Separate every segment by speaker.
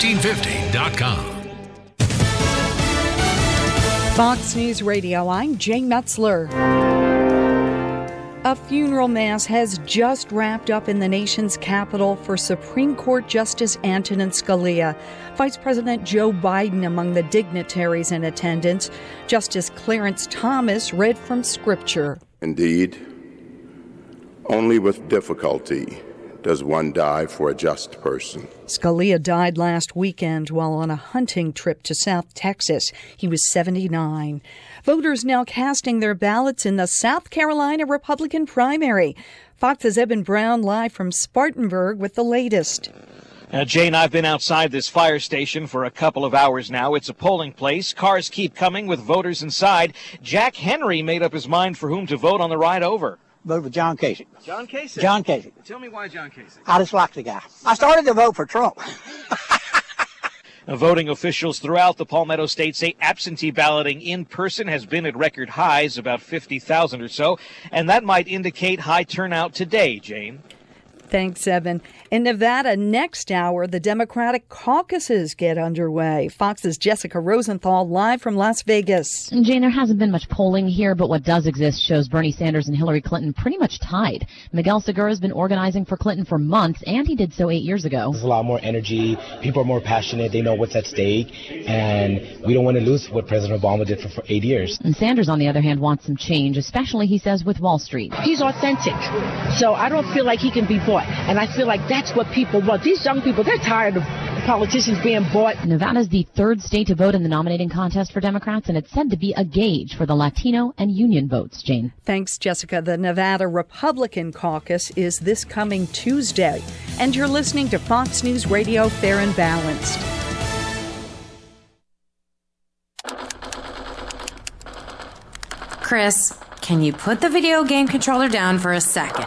Speaker 1: WPG1450.com.
Speaker 2: Fox News Radio, I'm Jay Metzler. A funeral mass has just wrapped up in the nation's capital for Supreme Court Justice Antonin Scalia, Vice President Joe Biden among the dignitaries in attendance. Justice Clarence Thomas read from scripture.
Speaker 3: Indeed, only with difficulty does one die for a just person.
Speaker 2: Scalia died last weekend while on a hunting trip to South Texas. He was 79. Voters now casting their ballots in the South Carolina Republican primary. Fox's Eben Brown live from Spartanburg with the latest.
Speaker 4: Now, Uh, Jane, I've been outside this fire station for a couple of hours now. It's a polling place. Cars keep coming with voters inside. Jack Henry made up his mind for whom to vote on the ride over.
Speaker 5: Vote for John Kasich.
Speaker 4: John Kasich.
Speaker 5: John Kasich.
Speaker 4: Tell me why John Kasich.
Speaker 5: I dislike the guy. I started to vote for Trump.
Speaker 4: Uh, Voting officials throughout the Palmetto State say absentee balloting in person has been at record highs, about 50,000 or so, and that might indicate high turnout today, Jane.
Speaker 2: Thanks, Evan. In Nevada, next hour, the Democratic caucuses get underway. Fox's Jessica Rosenthal live from Las Vegas.
Speaker 6: And Jane, there hasn't been much polling here, but what does exist shows Bernie Sanders and Hillary Clinton pretty much tied. Miguel Segura has been organizing for Clinton for months, and he did so eight years ago.
Speaker 7: There's a lot more energy. People are more passionate. They know what's at stake, and we don't want to lose what President Obama did for, for eight years.
Speaker 6: And Sanders, on the other hand, wants some change, especially, he says, with Wall Street.
Speaker 8: He's authentic, so I don't feel like he can be bought. And I feel like that's what people want. These young people, they're tired of politicians being bought.
Speaker 6: Nevada's the third state to vote in the nominating contest for Democrats, and it's said to be a gauge for the Latino and union votes, Jane.
Speaker 2: Thanks, Jessica. The Nevada Republican caucus is this coming Tuesday. And you're listening to Fox News Radio Fair and Balanced.
Speaker 9: Chris, can you put the video game controller down for a second?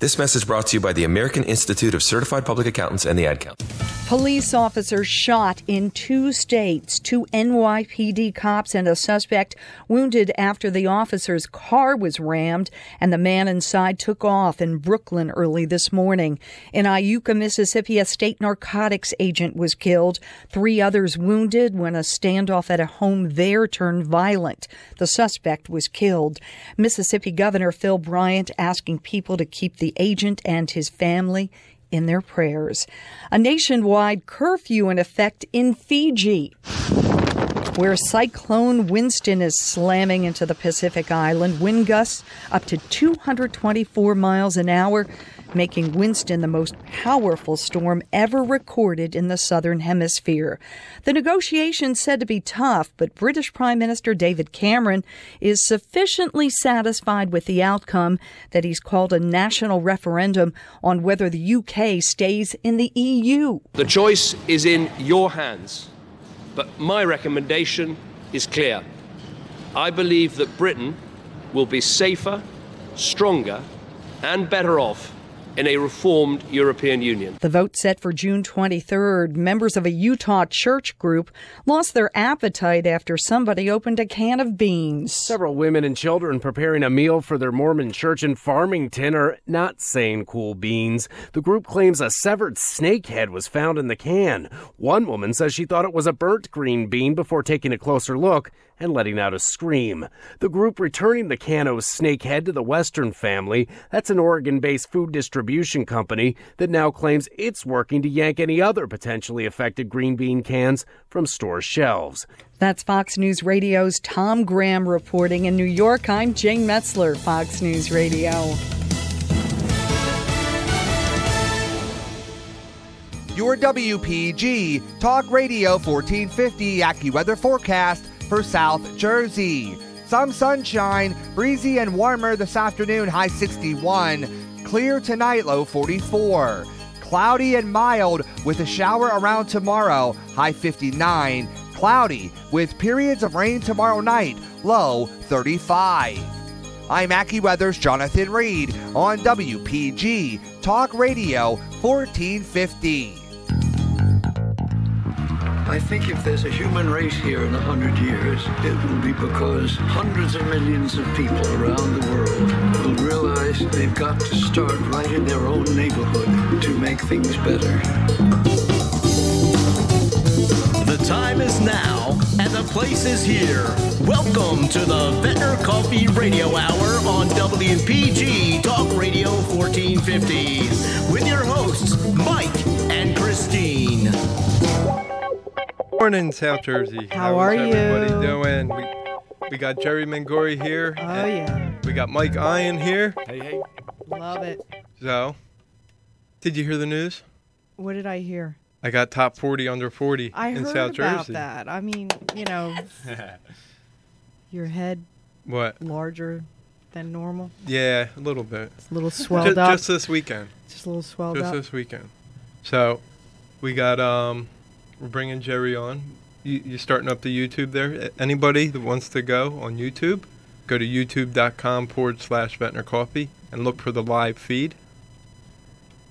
Speaker 10: This message brought to you by the American Institute of Certified Public Accountants and the Ad Council.
Speaker 2: Police officers shot in two states, two NYPD cops and a suspect wounded after the officer's car was rammed and the man inside took off in Brooklyn early this morning. In Iuka, Mississippi, a state narcotics agent was killed, three others wounded when a standoff at a home there turned violent. The suspect was killed. Mississippi Governor Phil Bryant asking people to keep the the agent and his family in their prayers. A nationwide curfew in effect in Fiji. Where Cyclone Winston is slamming into the Pacific Island, wind gusts up to 224 miles an hour, making Winston the most powerful storm ever recorded in the Southern Hemisphere. The negotiations said to be tough, but British Prime Minister David Cameron is sufficiently satisfied with the outcome that he's called a national referendum on whether the UK stays in the E EU.
Speaker 11: The choice is in your hands, but my recommendation is clear. I believe that Britain will be safer, stronger, and better off in a reformed European Union.
Speaker 2: The vote set for June 23rd, members of a Utah church group lost their appetite after somebody opened a can of beans.
Speaker 12: Several women and children preparing a meal for their Mormon church in Farmington are not saying cool beans. The group claims a severed snake head was found in the can. One woman says she thought it was a burnt green bean before taking a closer look and letting out a scream. The group returning the Cano's snake head to the Western family, that's an Oregon based food distribution company that now claims it's working to yank any other potentially affected green bean cans from store shelves.
Speaker 2: That's Fox News Radio's Tom Graham reporting in New York. I'm Jane Metzler, Fox News Radio.
Speaker 1: Your WPG Talk Radio 1450 AccuWeather forecast for South Jersey. Some sunshine, breezy and warmer this afternoon, high 61. Clear tonight, low 44. Cloudy and mild with a shower around tomorrow, high 59. Cloudy with periods of rain tomorrow night, low 35. I'm AccuWeather's Jonathan Reed on WPG Talk Radio 1450.
Speaker 13: I think if there's a human race here in a hundred years, it will be because hundreds of millions of people around the world will realize they've got to start right in their own neighborhood to make things better.
Speaker 14: The time is now, and the place is here. Welcome to the Ventnor Coffee Radio Hour on WPG Talk Radio 1450 with your hosts, Mike and Christine.
Speaker 15: Morning, South Jersey.
Speaker 16: How are
Speaker 15: is
Speaker 16: you?
Speaker 15: Everybody doing? We, we got Jerry Mangori here.
Speaker 16: Oh,
Speaker 15: and
Speaker 16: yeah.
Speaker 15: We got Mike Ian here. Hey hey.
Speaker 16: Love it.
Speaker 15: So, did you hear the news?
Speaker 16: What did I hear?
Speaker 15: I got top 40 under 40
Speaker 16: I
Speaker 15: in
Speaker 16: heard
Speaker 15: South
Speaker 16: about
Speaker 15: Jersey.
Speaker 16: that. I mean, you know, your head
Speaker 15: What?
Speaker 16: larger than normal,
Speaker 15: Yeah, a little bit.
Speaker 16: a little
Speaker 15: Ju-
Speaker 16: swelled up.
Speaker 15: Just this weekend.
Speaker 16: just a little swelled
Speaker 15: just
Speaker 16: up.
Speaker 15: this weekend. So, we got um, we're bringing Jerry on. You, you starting up the YouTube there? Anybody that wants to go on YouTube, go to youtube.com forward slash Ventnor Coffee and look for the live feed.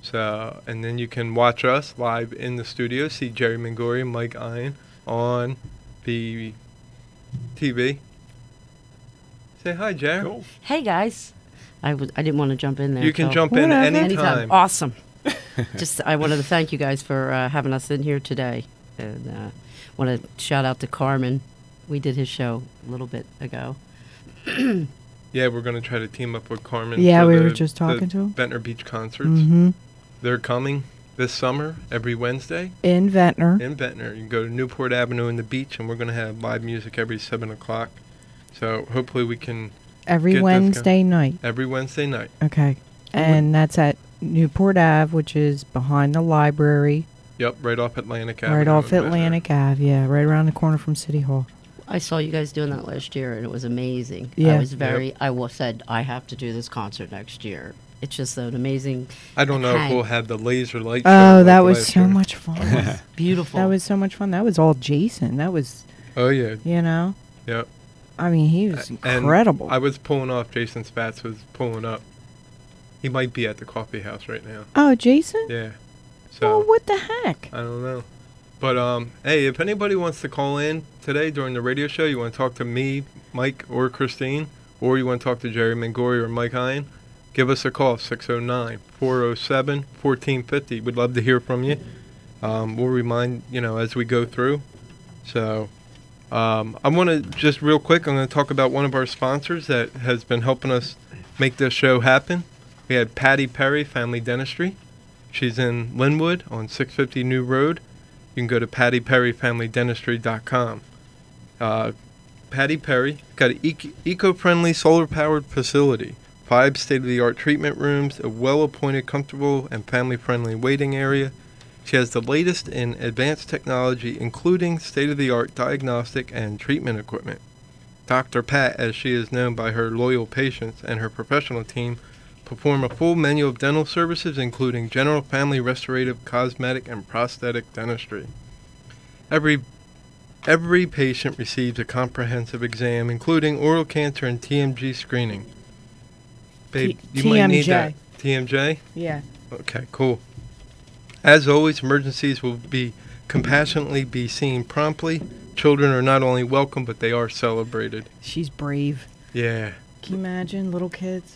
Speaker 15: So, and then you can watch us live in the studio, see Jerry Mangori and Mike Ian on the TV. Say hi, Jerry.
Speaker 17: Hey guys, I was I didn't want to jump in there.
Speaker 15: You can
Speaker 17: so-
Speaker 15: jump in Whatever. anytime.
Speaker 17: Awesome. Just I wanted to thank you guys for uh, having us in here today, and uh, want to shout out to Carmen. We did his show a little bit ago.
Speaker 15: Yeah, we're going to try to team up with Carmen.
Speaker 16: Yeah,
Speaker 15: for
Speaker 16: we
Speaker 15: the-
Speaker 16: were just talking
Speaker 15: the
Speaker 16: to 'em.
Speaker 15: Ventnor Beach concerts.
Speaker 16: Mhm.
Speaker 15: They're coming this summer every Wednesday
Speaker 16: In Ventnor.
Speaker 15: in Ventnor. You can go to Newport Avenue in the beach, and we're going to have live music every seven o'clock. So hopefully we can
Speaker 16: Every
Speaker 15: get this going.
Speaker 16: Wednesday night.
Speaker 15: Every Wednesday night.
Speaker 16: Okay, and that's at Newport Ave, which is behind the library,
Speaker 15: Yep, right off Atlantic Avenue.
Speaker 16: right off
Speaker 15: in Ventnor.
Speaker 16: Atlantic Ave. Yeah, right around the corner from City Hall.
Speaker 17: I saw you guys doing that last year, and it was amazing.
Speaker 16: Yeah.
Speaker 17: I was very. I wa- said I have to do this concert next year. It's just an amazing.
Speaker 15: I don't know if
Speaker 17: hang.
Speaker 15: we'll have the laser light. show
Speaker 16: Oh, that
Speaker 15: like
Speaker 16: was
Speaker 15: last
Speaker 16: so
Speaker 15: year.
Speaker 16: much fun.
Speaker 17: Beautiful.
Speaker 16: That was so much fun. That was all Jason. That was.
Speaker 15: Oh, yeah.
Speaker 16: You know.
Speaker 15: Yep.
Speaker 16: I mean, he was
Speaker 15: And
Speaker 16: incredible.
Speaker 15: I was pulling off. Jason Spatz was pulling up. He might be at the coffee house right now.
Speaker 16: Oh, Jason?
Speaker 15: Yeah. So
Speaker 16: what the heck?
Speaker 15: I don't know. But um, hey, if anybody wants to call in today during the radio show, you want to talk to me, Mike, or Christine, or you want to talk to Jerry Mangori or Mike Hine, give us a call 609-407-1450. We'd love to hear from you. Um, we'll remind you know as we go through. So um, I want to just real quick. I'm going to talk about one of our sponsors that has been helping us make this show happen. We had Patty Perry Family Dentistry. She's in Linwood on 650 New Road. You can go to pattyperryfamilydentistry.com. Uh, Patty Perry got an eco friendly solar powered facility, five state of the art treatment rooms, a well appointed, comfortable, and family friendly waiting area. She has the latest in advanced technology, including state of the art diagnostic and treatment equipment. Dr. Pat, as she is known by her loyal patients and her professional team, perform a full menu of dental services including general family restorative, cosmetic, and prosthetic dentistry. Every every patient receives a comprehensive exam including oral cancer and TMG screening. Babe,
Speaker 16: T-
Speaker 15: you might need
Speaker 16: TMJ.
Speaker 15: that. TMJ?
Speaker 16: Yeah.
Speaker 15: Okay, cool. As always, emergencies will be compassionately be seen promptly. Children are not only welcome, but they are celebrated.
Speaker 16: She's brave.
Speaker 15: Yeah.
Speaker 16: Can you imagine little kids?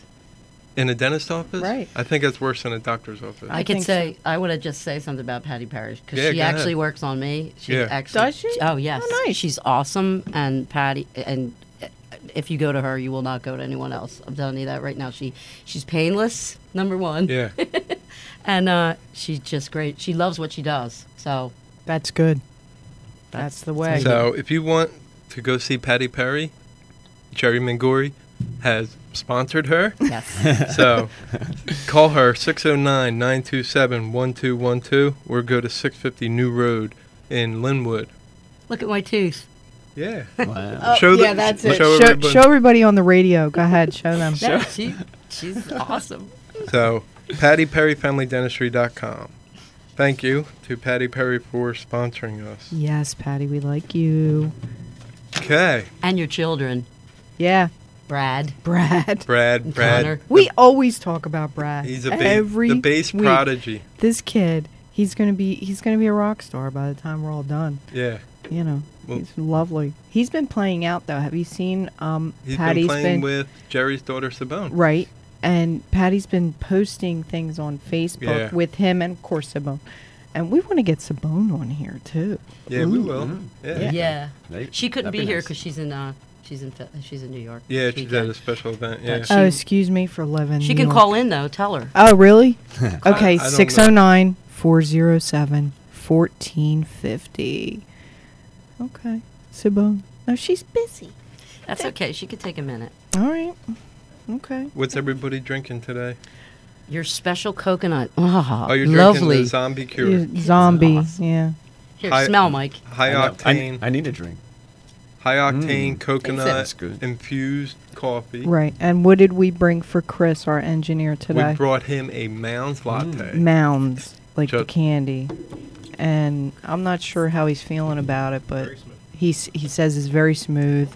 Speaker 15: In a dentist office?
Speaker 17: Right.
Speaker 15: I think that's worse than a doctor's office.
Speaker 17: I, could say I want to just say something about Patty Parrish because
Speaker 15: Yeah,
Speaker 17: she
Speaker 15: go ahead.
Speaker 17: actually works on me. She
Speaker 15: Yeah.
Speaker 17: actually
Speaker 15: Does she?
Speaker 17: Oh yes, she's awesome. And Patty and uh, if you go to her, you will not go to anyone else. I'm telling you that right now. She she's painless. Number one.
Speaker 15: Yeah.
Speaker 17: and uh, she's just great. She loves what she does. So
Speaker 16: that's good. That's the way.
Speaker 15: So if you want to go see Patty Perry, Jerry Mangori has sponsored her.
Speaker 17: Yes.
Speaker 15: so call her 609 927 1212 or go to 650 New Road in Linwood.
Speaker 17: Look at my tooth.
Speaker 15: Yeah.
Speaker 17: Wow.
Speaker 15: Show the-
Speaker 17: yeah, that's it.
Speaker 15: show
Speaker 16: Show,
Speaker 15: everybody.
Speaker 16: show everybody on the radio. Go ahead, show them.
Speaker 17: No, she, she's awesome.
Speaker 15: So, pattyperryfamilydentistry.com. Thank you to Patty Perry for sponsoring us.
Speaker 16: Yes, Patty, we like you.
Speaker 15: Okay.
Speaker 17: And your children.
Speaker 16: Yeah.
Speaker 17: Brad.
Speaker 16: Brad.
Speaker 15: Brad, Brad.
Speaker 16: We always talk about Brad.
Speaker 15: He's a ba-
Speaker 16: every
Speaker 15: the bass
Speaker 16: week.
Speaker 15: prodigy.
Speaker 16: This kid, he's gonna be he's gonna be a rock star by the time we're all done.
Speaker 15: Yeah.
Speaker 16: You know,
Speaker 15: Well-
Speaker 16: he's lovely. He's been playing out though. Have you seen um
Speaker 15: He's
Speaker 16: Patty's
Speaker 15: been playing with Jerry's daughter Sabone.
Speaker 16: Right. And Patty's been posting things on Facebook
Speaker 15: Yeah.
Speaker 16: with him and of course Sabone. And we want to get Sabone on here too.
Speaker 15: Yeah, we will.
Speaker 16: Mm-hmm.
Speaker 15: Yeah.
Speaker 17: Yeah.
Speaker 15: They-
Speaker 17: she couldn't
Speaker 15: that'd
Speaker 17: be,
Speaker 15: be
Speaker 17: here
Speaker 15: nice.
Speaker 17: because she's in uh, she's in Fe- she's in New York.
Speaker 15: Yeah,
Speaker 17: this
Speaker 15: she's
Speaker 17: weekend.
Speaker 15: at a special event,
Speaker 17: But
Speaker 15: yeah.
Speaker 16: Oh,
Speaker 17: she,
Speaker 16: excuse me for living.
Speaker 17: she can call in though. Tell her.
Speaker 16: Oh, really?
Speaker 17: I- I
Speaker 16: okay,
Speaker 17: don't know.
Speaker 16: 609 407 1450. Okay, Sibone. No, she's busy.
Speaker 17: That's okay. She could take a minute.
Speaker 16: All right. Okay.
Speaker 15: What's everybody drinking today?
Speaker 17: Your special coconut. Oh,
Speaker 15: Oh, you're
Speaker 17: lovely.
Speaker 15: drinking the zombie cure.
Speaker 16: You Zombie. Yeah.
Speaker 17: Here,
Speaker 15: Hi-
Speaker 17: smell, Mike.
Speaker 15: High
Speaker 18: I know. I-
Speaker 15: octane.
Speaker 18: I need a drink.
Speaker 15: High octane
Speaker 16: That's
Speaker 15: coconut
Speaker 18: good.
Speaker 15: infused coffee.
Speaker 16: Right. And what did we bring for Chris, our engineer,
Speaker 15: We
Speaker 16: today? Mm.
Speaker 15: brought him a Mounds latte.
Speaker 16: Mounds, like the
Speaker 15: Just-
Speaker 16: candy. And I'm not sure how he's feeling about it, but he's, he says it's very smooth.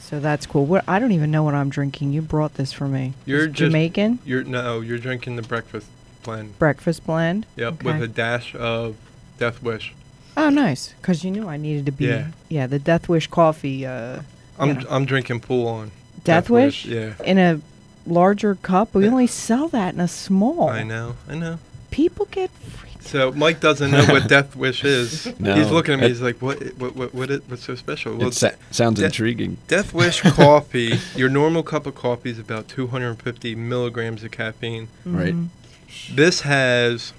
Speaker 16: So that's cool. What I don't even know what I'm drinking. You brought this for me.
Speaker 15: You're
Speaker 16: It's
Speaker 15: just,
Speaker 16: Jamaican
Speaker 15: You're no, you're drinking the breakfast blend.
Speaker 16: breakfast blend.
Speaker 15: Yep,
Speaker 16: Okay.
Speaker 15: with a dash of Death Wish.
Speaker 16: Oh, nice. Because you knew I needed to be.
Speaker 15: Yeah.
Speaker 16: Yeah. the Death Wish coffee. Uh,
Speaker 15: I'm
Speaker 16: you know.
Speaker 15: I'm drinking full on.
Speaker 16: Death, Wish?
Speaker 15: Yeah.
Speaker 16: In a larger cup. We only sell that in a small.
Speaker 15: I know. I know.
Speaker 16: People get.
Speaker 15: So Mike doesn't know what Death Wish is.
Speaker 18: No.
Speaker 15: He's looking at me.
Speaker 18: It-
Speaker 15: He's like, "What? What? What? what is, what's so special?"
Speaker 18: It sa- sounds intriguing.
Speaker 15: Death Wish coffee. Your normal cup of coffee is about 250 milligrams of caffeine.
Speaker 18: Right. Mhm.
Speaker 15: This has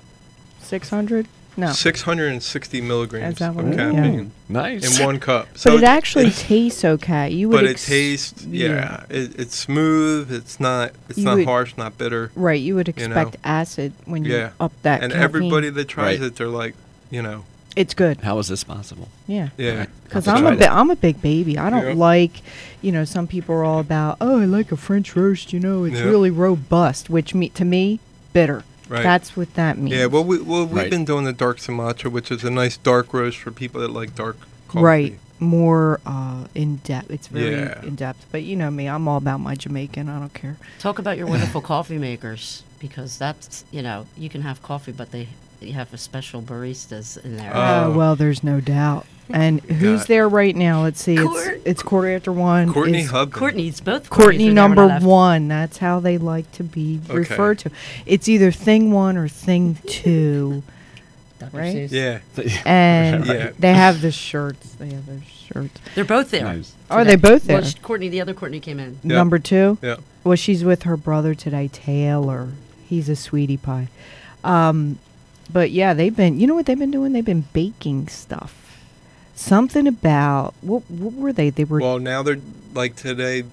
Speaker 16: 600? No.
Speaker 15: 660 milligrams
Speaker 16: Oh. Is that
Speaker 15: of
Speaker 16: what it is?
Speaker 15: caffeine.
Speaker 18: Yeah. Nice.
Speaker 15: In one cup.
Speaker 16: but it actually tastes okay. You would
Speaker 15: but
Speaker 16: ex-
Speaker 15: it tastes yeah, It, it's smooth it's not it's
Speaker 16: You
Speaker 15: not
Speaker 16: would-
Speaker 15: harsh not bitter
Speaker 16: Right, you would
Speaker 15: know?
Speaker 16: expect acid when you up that
Speaker 15: and
Speaker 16: caffeine.
Speaker 15: everybody that tries
Speaker 18: Right.
Speaker 15: it they're like you know
Speaker 16: It's good.
Speaker 18: How is this possible?
Speaker 16: Yeah.
Speaker 15: yeah
Speaker 16: Because I'm a bi- I'm a big baby. I don't
Speaker 15: Yeah.
Speaker 16: like, you know, some people are all about, oh, I like a French roast. You know, it's
Speaker 15: Yeah.
Speaker 16: really robust, which me to me, bitter.
Speaker 15: Right.
Speaker 16: That's what that means.
Speaker 15: yeah well we well we've
Speaker 16: Right.
Speaker 15: been doing the dark Sumatra which is a nice dark roast for people that like dark coffee.
Speaker 16: Right. More uh, in depth. It's very
Speaker 15: Yeah.
Speaker 16: in depth. But you know me, I'm all about my Jamaican. I don't care.
Speaker 17: Talk about your wonderful coffee makers because that's you know you can have coffee, but they you have a special baristas in
Speaker 15: Uh,
Speaker 17: there.
Speaker 16: Oh, well, there's no doubt. And who's
Speaker 17: God.
Speaker 16: there right now? Let's see. It's it's quarter after one.
Speaker 17: Courtney
Speaker 16: It's
Speaker 17: Hubman. Courtney's- both Courtneys
Speaker 16: Courtney
Speaker 17: are there when I
Speaker 16: number
Speaker 17: left.
Speaker 16: one. That's how they like to be
Speaker 17: Okay.
Speaker 16: referred to. It's either thing one or thing two. right?
Speaker 15: yeah
Speaker 16: And
Speaker 15: Yeah.
Speaker 16: they have the shirts. They have their shirts.
Speaker 17: They're both there.
Speaker 16: Are they both there?
Speaker 17: Well, sh- Courtney, the other Courtney came in.
Speaker 16: Number two.
Speaker 15: Yeah.
Speaker 16: Well, she's with her brother today, Taylor. He's a sweetie pie. Um, but yeah, they've been. You know what they've been doing? They've been baking stuff. Something about what? What were they? They were.
Speaker 15: well now they're like today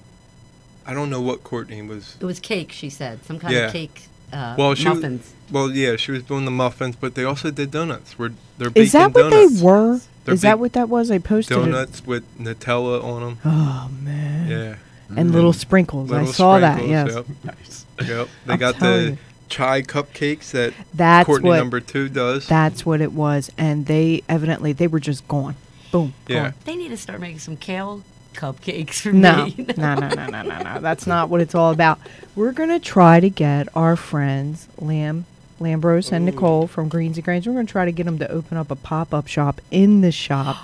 Speaker 15: i don't know what courtney was
Speaker 17: It was cake, she said, some kind
Speaker 15: yeah.
Speaker 17: of cake. Uh,
Speaker 15: well, she w-
Speaker 17: muffins.
Speaker 15: well, yeah, she was doing the muffins, but they also did donuts. Where they're
Speaker 16: is that
Speaker 15: baking
Speaker 16: what
Speaker 15: donuts.
Speaker 16: they were?
Speaker 15: They're
Speaker 16: is that
Speaker 15: big-
Speaker 16: what that was? I posted it.
Speaker 15: donuts with Nutella on them.
Speaker 16: Oh man!
Speaker 15: Yeah,
Speaker 16: And little sprinkles. I saw that,
Speaker 15: Mm-hmm. sprinkles,
Speaker 16: yes.
Speaker 15: Yep. Nice. Yep. They
Speaker 16: I'm
Speaker 15: got
Speaker 16: telling
Speaker 15: the
Speaker 16: you.
Speaker 15: chai cupcakes that
Speaker 16: That's
Speaker 15: Courtney
Speaker 16: what
Speaker 15: number two does.
Speaker 16: That's what it was, and they evidently they were just gone. Boom.
Speaker 15: yeah.
Speaker 16: gone.
Speaker 17: They need to start making some kale cupcakes for
Speaker 16: No,
Speaker 17: me.
Speaker 16: no, no, no, no, no, no. That's not what it's all about. We're gonna try to get our friends Lamb, Lambros, and Nicole from Greens and Grains. We're gonna try to get them to open up a pop up shop in the shop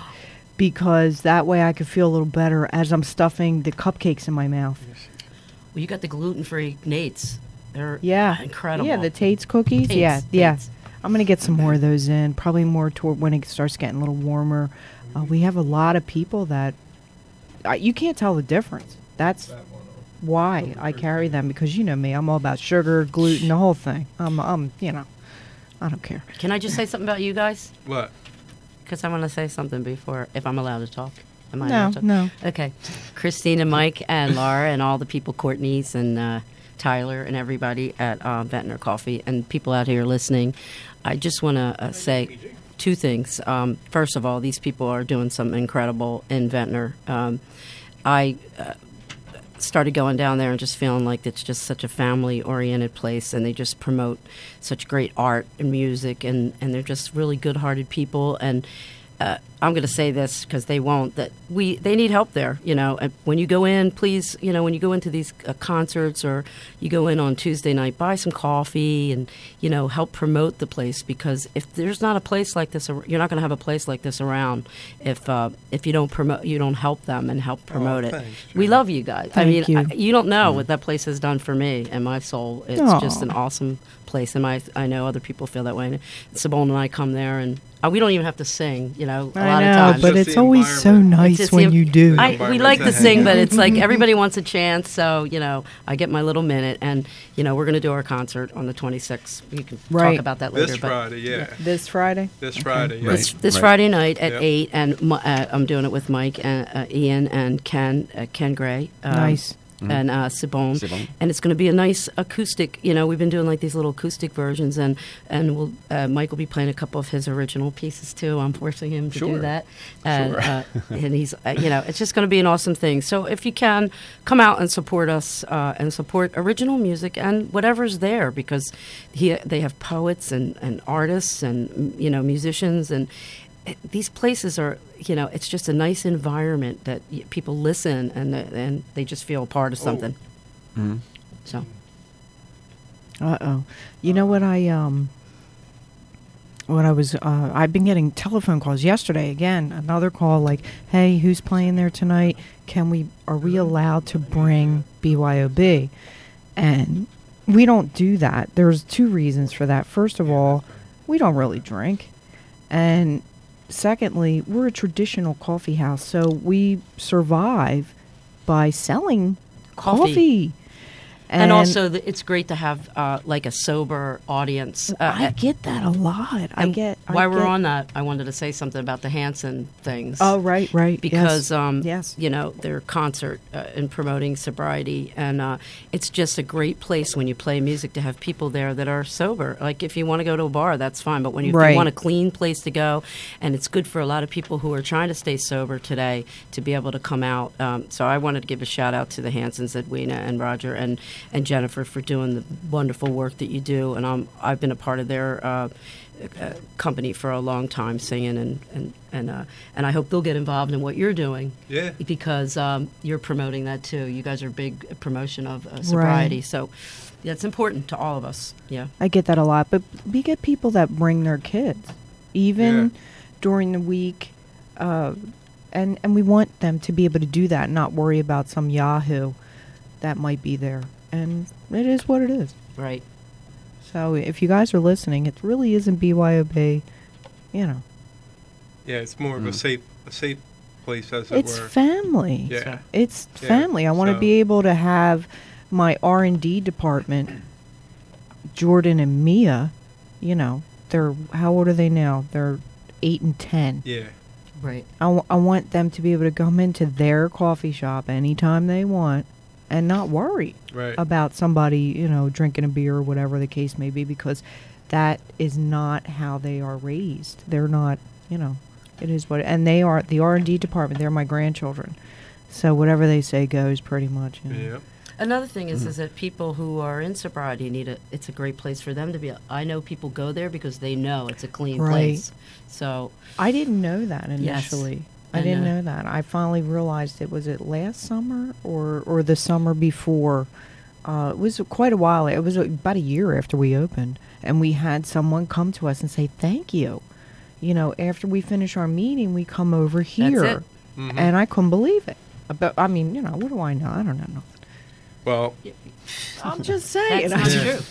Speaker 16: because that way I could feel a little better as I'm stuffing the cupcakes in my mouth.
Speaker 17: Well, you got the gluten free Nates. They're
Speaker 16: Yeah,
Speaker 17: incredible.
Speaker 16: Yeah, the Tate's cookies.
Speaker 17: Tate's,
Speaker 16: yeah, yeah.
Speaker 17: Tate's.
Speaker 16: I'm gonna get some more of those in. Probably more toward when it starts getting a little warmer. Uh, we have a lot of people that uh, you can't tell the difference. That's why I carry them because you know me. I'm all about sugar, gluten, the whole thing. I'm, I'm, you know, I don't care.
Speaker 17: Can I just say something about you guys?
Speaker 15: What?
Speaker 17: Because I want to say something before, if I'm allowed to talk. Am I
Speaker 16: No,
Speaker 17: not-
Speaker 16: no.
Speaker 17: Okay. Christine and Mike and Laura and all the people, Courtney's and uh, Tyler and everybody at uh, Ventnor Coffee and people out here listening. I just want to uh, say two things. Um, first of all, these people are doing some incredible in Ventnor. Um, I. Uh, started going down there and just feeling like it's just such a family oriented place and they just promote such great art and music and, and they're just really good hearted people and uh, I'm going to say this because they won't that we they need help there you know and when you go in please you know when you go into these uh, concerts or you go in on Tuesday night buy some coffee and you know help promote the place because if there's not a place like this ar- you're not going to have a place like this around if uh, if you don't promote you don't help them and
Speaker 16: Oh,
Speaker 17: help promote it
Speaker 19: thanks,
Speaker 17: we love you guys I
Speaker 19: Thank
Speaker 17: mean,
Speaker 19: you.
Speaker 17: I, you don't
Speaker 16: Mm.
Speaker 17: know what that place has done for me and my soul. It's
Speaker 19: Aw.
Speaker 17: just an awesome place, and my I know other people feel that way. And Simone and I come there, and uh, we don't even have to sing. You know, a
Speaker 16: I
Speaker 17: lot
Speaker 16: know,
Speaker 17: of times,
Speaker 16: but It's it's the always so environment. nice
Speaker 17: It's just the-
Speaker 16: when you do.
Speaker 17: I, we
Speaker 16: Environment
Speaker 17: like
Speaker 16: to
Speaker 17: to
Speaker 16: hang
Speaker 17: sing,
Speaker 16: out.
Speaker 17: but it's like everybody wants a chance. So you know, I get my little minute, and you know, we're going to do our concert on the 26th. You can
Speaker 16: Right.
Speaker 17: talk about that later.
Speaker 15: This
Speaker 17: but-
Speaker 15: Friday, yeah.
Speaker 16: This Friday?
Speaker 15: This Friday, yeah.
Speaker 17: this, this Friday night at eight, and Mi- uh, I'm doing it with Mike, and, uh, Ian, and Ken, uh, Ken Gray. um,
Speaker 16: Nice.
Speaker 19: Mhm.
Speaker 17: And uh, Sibone.
Speaker 19: Sibone.
Speaker 17: and it's going to be a nice acoustic. You know, we've been doing like these little acoustic versions, and and we'll uh, Mike will be playing a couple of his original pieces too. I'm forcing him to
Speaker 19: Sure.
Speaker 17: do that, and
Speaker 19: Sure.
Speaker 17: uh, and he's uh, you know it's just going to be an awesome thing. So if you can come out and support us uh, and support original music and whatever's there because he, they have poets and, and artists and mm, you know musicians and it- these places are you know it's just a nice environment that y- people listen and uh, and they just feel a part of
Speaker 19: Oh,
Speaker 17: something. So
Speaker 16: Uh oh. You know what I um what I was uh, I've been getting telephone calls yesterday again another call like hey who's playing there tonight can we are we allowed to bring BYOB and we don't do that there's two reasons for that first of all we don't really drink and secondly we're a traditional coffee house so we survive by selling
Speaker 17: Coffee.
Speaker 16: coffee,
Speaker 17: and, also the, it's great to have uh, like a sober audience. Uh,
Speaker 16: I get that a lot. I
Speaker 17: and
Speaker 16: get I
Speaker 17: while we're
Speaker 16: get-
Speaker 17: on that, I wanted to say something about the Hanson things.
Speaker 16: Oh, right, right, yes.
Speaker 17: Because um, you know their concert uh, and promoting sobriety, and uh, it's just a great place when you play music to have people there that are sober. Like if you want to go to a bar, that's fine, but when you, if you
Speaker 19: Right.
Speaker 17: want a clean place to go, and it's good for a lot of people who are trying to stay sober today to be able to come out. Um, so I wanted to give a shout out to the Hansons, Edwina and Roger and and Jennifer for doing the wonderful work that you do, and i I've been a part of their. Uh, uh, company for a long time singing and and and, uh, and I hope they'll get involved in what you're doing.
Speaker 19: Yeah.
Speaker 17: Because um, you're promoting that too. You guys are big promotion of uh, sobriety,
Speaker 16: Right.
Speaker 17: so that's important to all of us. Yeah.
Speaker 16: I get that a lot, but we get people that bring their kids, even during the week, uh, and and we want them to be able to do that, and not worry about some Yahoo that might be there. And it is what it is.
Speaker 17: Right.
Speaker 16: So if you guys are listening, it really isn't BYOB, you know.
Speaker 15: Yeah, it's more of a safe, a safe place as
Speaker 16: it's
Speaker 15: it were.
Speaker 16: family.
Speaker 15: Yeah,
Speaker 16: It's
Speaker 15: Yeah,
Speaker 16: family. I want to
Speaker 15: so-
Speaker 16: be able to have my R and D department, Jordan and Mia. You know, they're how old are they now? They're eight and ten.
Speaker 15: Yeah.
Speaker 17: Right.
Speaker 16: I, w- I want them to be able to come into their coffee shop anytime they want and not worry
Speaker 19: Right.
Speaker 16: about somebody, you know, drinking a beer or whatever the case may be because that is not how they are raised. They're not, you know, it is what and they are the R&D department, they're my grandchildren. So whatever they say goes pretty much, you know.
Speaker 17: Another thing is,
Speaker 16: Mhm.
Speaker 17: is that people who are in sobriety need a. It's a great place for them to be. I know people go there because they know it's a clean
Speaker 16: Right.
Speaker 17: place. So
Speaker 16: I didn't know that
Speaker 17: Yes.
Speaker 16: initially. I
Speaker 17: I
Speaker 16: didn't
Speaker 17: know.
Speaker 16: know. that. I finally realized it was it last summer or or the summer before. Uh, it was quite a while. It was about a year after we opened, and we had someone come to us and say thank you. You know, after we finish our meeting, we come over here,
Speaker 15: it. Mhm.
Speaker 16: and I couldn't believe it. But I mean, you know, what do I know? I don't know nothing.
Speaker 15: Well,
Speaker 16: I'm just saying.
Speaker 17: That's not
Speaker 15: Yeah.
Speaker 17: true.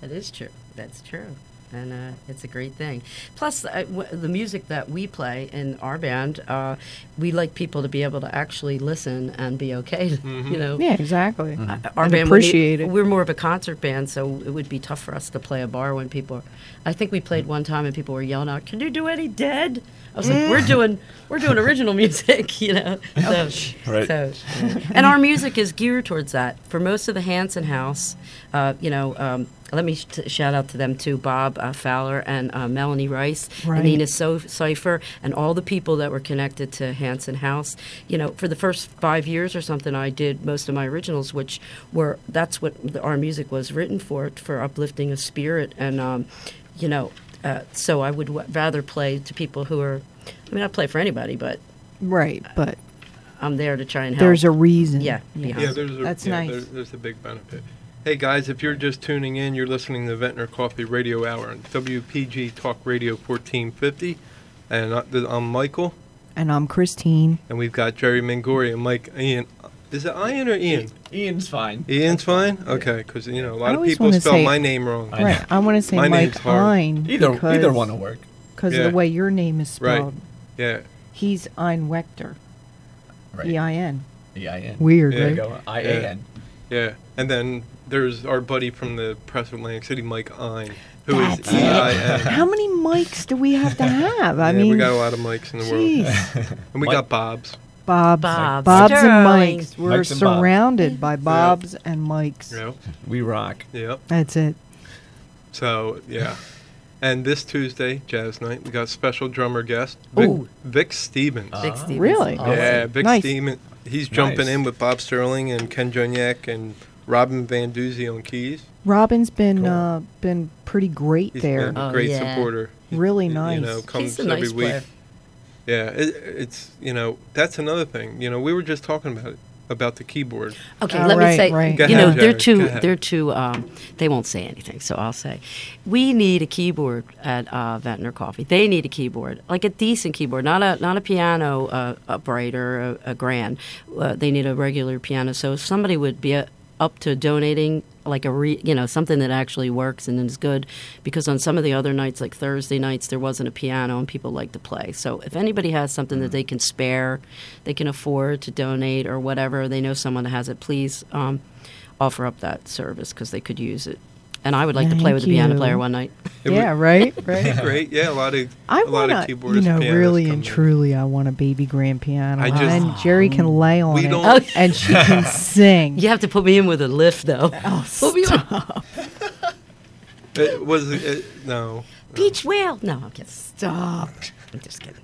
Speaker 17: That is true. That's true. and uh, it's a great thing. Plus, uh, w- the music that we play in our band, uh, we like people to be able to actually listen and be okay. You know,
Speaker 16: Yeah, exactly.
Speaker 17: Uh,
Speaker 16: Mhm.
Speaker 17: Our
Speaker 16: And
Speaker 17: band
Speaker 16: appreciate
Speaker 17: would be, We're more of a concert band, so it would be tough for us to play a bar when people. I think we played one time and people were yelling out, "Can you do any dead?" I was like,
Speaker 16: Mm.
Speaker 17: "We're doing, we're doing original music," you know. So,
Speaker 19: Right.
Speaker 17: so, yeah. and our music is geared towards that. For most of the Hanson House, uh, you know, um, let me sh- t- shout out to them too, Bob uh, Fowler and uh, Melanie Rice
Speaker 16: Right.
Speaker 17: and Nina so- Cipher and all the people that were connected to Hanson House. You know, for the first five years or something, I did most of my originals, which were that's what the, our music was written for, for uplifting a spirit and. Um, you know, uh, so I would w- rather play to people who are. I mean, I play for anybody, but
Speaker 16: Right, but
Speaker 17: I'm there to try and help.
Speaker 16: There's a reason.
Speaker 17: Yeah, behind
Speaker 15: Yeah,
Speaker 17: it.
Speaker 15: there's a, yeah, There's, there's a big benefit. Hey guys, if you're just tuning in, you're listening to Ventnor Coffee Radio Hour on WPG Talk Radio 1450, and I- th- I'm Michael,
Speaker 16: And I'm Christine.
Speaker 15: and we've got Jerry Mangori and Mike Ian. Is it Ian or Ian?
Speaker 18: Ian's fine.
Speaker 15: Ian's fine. Okay, because you know a
Speaker 16: I
Speaker 15: lot of
Speaker 16: always
Speaker 15: people
Speaker 16: wanna
Speaker 15: spell
Speaker 16: say-
Speaker 15: my name wrong.
Speaker 16: Right. I want to say
Speaker 15: My
Speaker 16: Mike
Speaker 15: name's hard.
Speaker 16: Hine. Because 'cause
Speaker 15: Yeah.
Speaker 16: of the way your name is
Speaker 15: Right.
Speaker 16: spelled.
Speaker 15: Yeah.
Speaker 16: He's Ein Wechter.
Speaker 15: Right.
Speaker 16: E I N.
Speaker 18: E-I-N.
Speaker 16: Weird,
Speaker 15: Yeah.
Speaker 16: right?
Speaker 15: Yeah. Yeah. And then there's our buddy from the press of Atlantic City, Mike Ein, who is
Speaker 16: That's it. How many mics do we have to have? I
Speaker 15: yeah,
Speaker 16: mean,
Speaker 15: we got a lot of mics in the
Speaker 16: jeez.
Speaker 15: world, and we got Bob's.
Speaker 16: Bob's,
Speaker 15: Bob's.
Speaker 16: Bob's,
Speaker 15: Sterling.
Speaker 16: and Mike's. We're
Speaker 15: Mike's and Bob's.
Speaker 16: surrounded by Bob's and Mike's.
Speaker 15: Yep.
Speaker 18: We rock.
Speaker 15: Yep.
Speaker 16: That's it.
Speaker 15: So yeah, and this Tuesday, jazz night, we got special drummer guest Vic, Vic Stevens.
Speaker 16: Vic Ah. Stevens. Really?
Speaker 15: Oh, Yeah,
Speaker 16: Awesome.
Speaker 15: Vic
Speaker 16: Nice.
Speaker 15: Stevens. He's jumping
Speaker 16: Nice.
Speaker 15: in with Bob Sterling and Ken Joniak and Robin Van Doozy on keys.
Speaker 16: Robin's been uh, been pretty great
Speaker 15: He's
Speaker 16: there.
Speaker 15: been a
Speaker 17: Oh,
Speaker 15: great supporter.
Speaker 16: Really
Speaker 15: You
Speaker 16: nice.
Speaker 15: know, comes every week. Yeah, it, it's you know that's another thing. You know, we were just talking about it about the keyboard.
Speaker 16: Oh,
Speaker 17: Okay, let me say,
Speaker 15: Go
Speaker 17: you know,
Speaker 15: ahead,
Speaker 17: they're
Speaker 15: Jerry.
Speaker 17: too,
Speaker 15: Go ahead.
Speaker 17: they're too, um, they won't say anything, so I'll say. We need a keyboard at uh, Ventnor Coffee. They need a keyboard, like a decent keyboard, not a not a piano uh, upright or a, a grand. Uh, they need a regular piano. So if somebody would be uh up to donating like a re, you know something that actually works and is good because on some of the other nights like Thursday nights there wasn't a piano and people like to play so if anybody has something that they can spare they can afford to donate or whatever they know someone that has it please um, offer up that service because they could use it and I would like to play
Speaker 16: Thank
Speaker 17: with a piano
Speaker 16: you.
Speaker 17: player one night
Speaker 15: It
Speaker 16: Yeah,
Speaker 15: would-
Speaker 16: right,
Speaker 15: it'd
Speaker 16: right.
Speaker 15: be great. Yeah, a lot of
Speaker 16: I
Speaker 15: a lot
Speaker 16: wanna,
Speaker 15: of
Speaker 16: you
Speaker 15: keyboards.
Speaker 16: know,
Speaker 15: pianists
Speaker 16: really
Speaker 15: come
Speaker 16: and
Speaker 15: in.
Speaker 16: truly, I want a baby grand piano.
Speaker 15: I
Speaker 16: and
Speaker 15: just- um,
Speaker 16: then Jerry can lay on it,
Speaker 17: don't-
Speaker 16: and she can sing.
Speaker 17: you have to put me in with a lift though
Speaker 16: Oh,
Speaker 17: Put me on-
Speaker 15: It was it, no.
Speaker 17: beach whale no I'm kidding
Speaker 16: Stop.
Speaker 17: I'm just kidding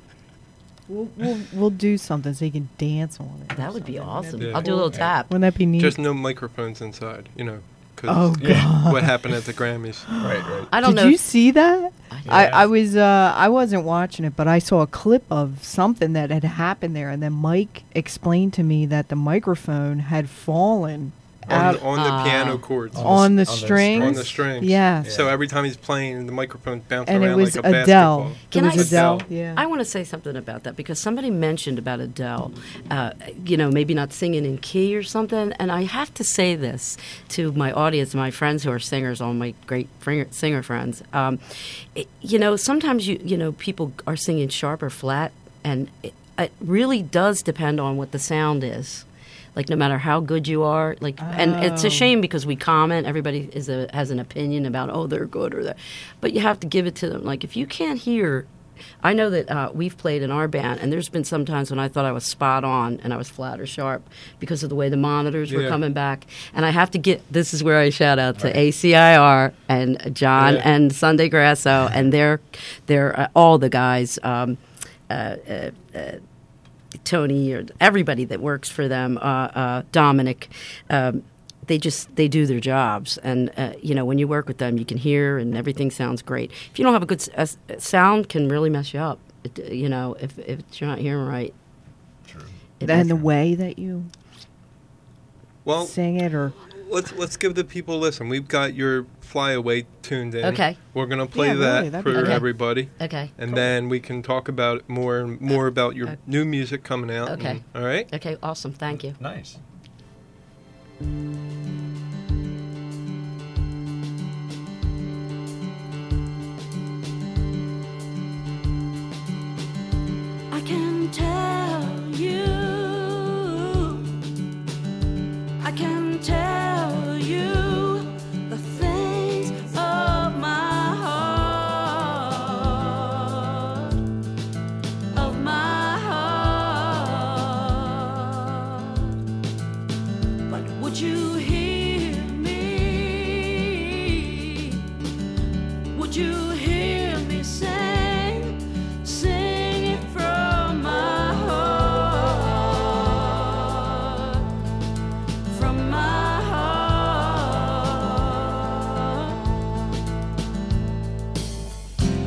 Speaker 16: We'll, we'll, we'll do something so you can dance on it.
Speaker 17: that would be awesome
Speaker 15: Yeah.
Speaker 17: I'll do a little tap
Speaker 16: Wouldn't that be neat?
Speaker 15: Just no microphones inside, you know. 'cause
Speaker 16: Oh, God.
Speaker 15: What happened at the Grammys? right, right.
Speaker 17: I don't
Speaker 16: Did
Speaker 17: know
Speaker 16: you
Speaker 17: if-
Speaker 16: see that? I, I was uh, I wasn't watching it, but I saw a clip of something that had happened there, and then Mike explained to me that the microphone had fallen
Speaker 15: On,
Speaker 16: out
Speaker 15: the- on the
Speaker 17: uh,
Speaker 15: piano chords.
Speaker 16: on the strings.
Speaker 15: On the strings.
Speaker 16: Yeah.
Speaker 15: So every time he's playing, the microphone bouncing
Speaker 16: And it
Speaker 15: around
Speaker 16: was
Speaker 15: like a
Speaker 16: Adele.
Speaker 15: basketball.
Speaker 16: It Can was
Speaker 17: I-
Speaker 16: Adele, yeah.
Speaker 17: I want to say something about that because somebody mentioned about Adele, uh, you know, maybe not singing in key or something. And I have to say this to my audience, my friends who are singers, all my great fringer- singer friends. Um, it- you know, sometimes you you know people are singing sharp or flat, and it, it really does depend on what the sound is. Like no matter how good you are, like, and it's
Speaker 16: Oh.
Speaker 17: a shame because we comment. Everybody is a, has an opinion about oh they're good or that, but you have to give it to them. Like if you can't hear I know that uh, we've played in our band, and there's been some times when I thought I was spot on and I was flat or sharp because of the way the monitors were
Speaker 16: Yeah.
Speaker 17: coming back. And I have to get this is where I shout out to ACIR and John
Speaker 16: Yeah.
Speaker 17: and Sunday Grasso and their their uh, all the guys. Um, uh, uh, uh, Tony or everybody that works for them, uh, uh, Dominic, um, they just they do their jobs, and uh, you know when you work with them, you can hear and everything sounds great. If you don't have a good s- s- sound, can really mess you up. It, uh, you know if if you're not hearing right. True.
Speaker 16: and the way that you
Speaker 15: Well,
Speaker 16: sing it, or
Speaker 15: let's let's give the people a listen. We've got your flyaway tuned in.
Speaker 17: Okay.
Speaker 15: We're gonna play
Speaker 17: Yeah,
Speaker 15: that
Speaker 17: really, that'd be
Speaker 15: for
Speaker 17: great. Okay.
Speaker 15: everybody.
Speaker 17: Okay.
Speaker 15: And then we can talk about it more and more about your new music coming out.
Speaker 17: Okay.
Speaker 15: and- all right.
Speaker 17: Okay. Awesome. Thank you.
Speaker 18: Nice.
Speaker 19: Did you hear me sing? Sing it from my heart. From my heart.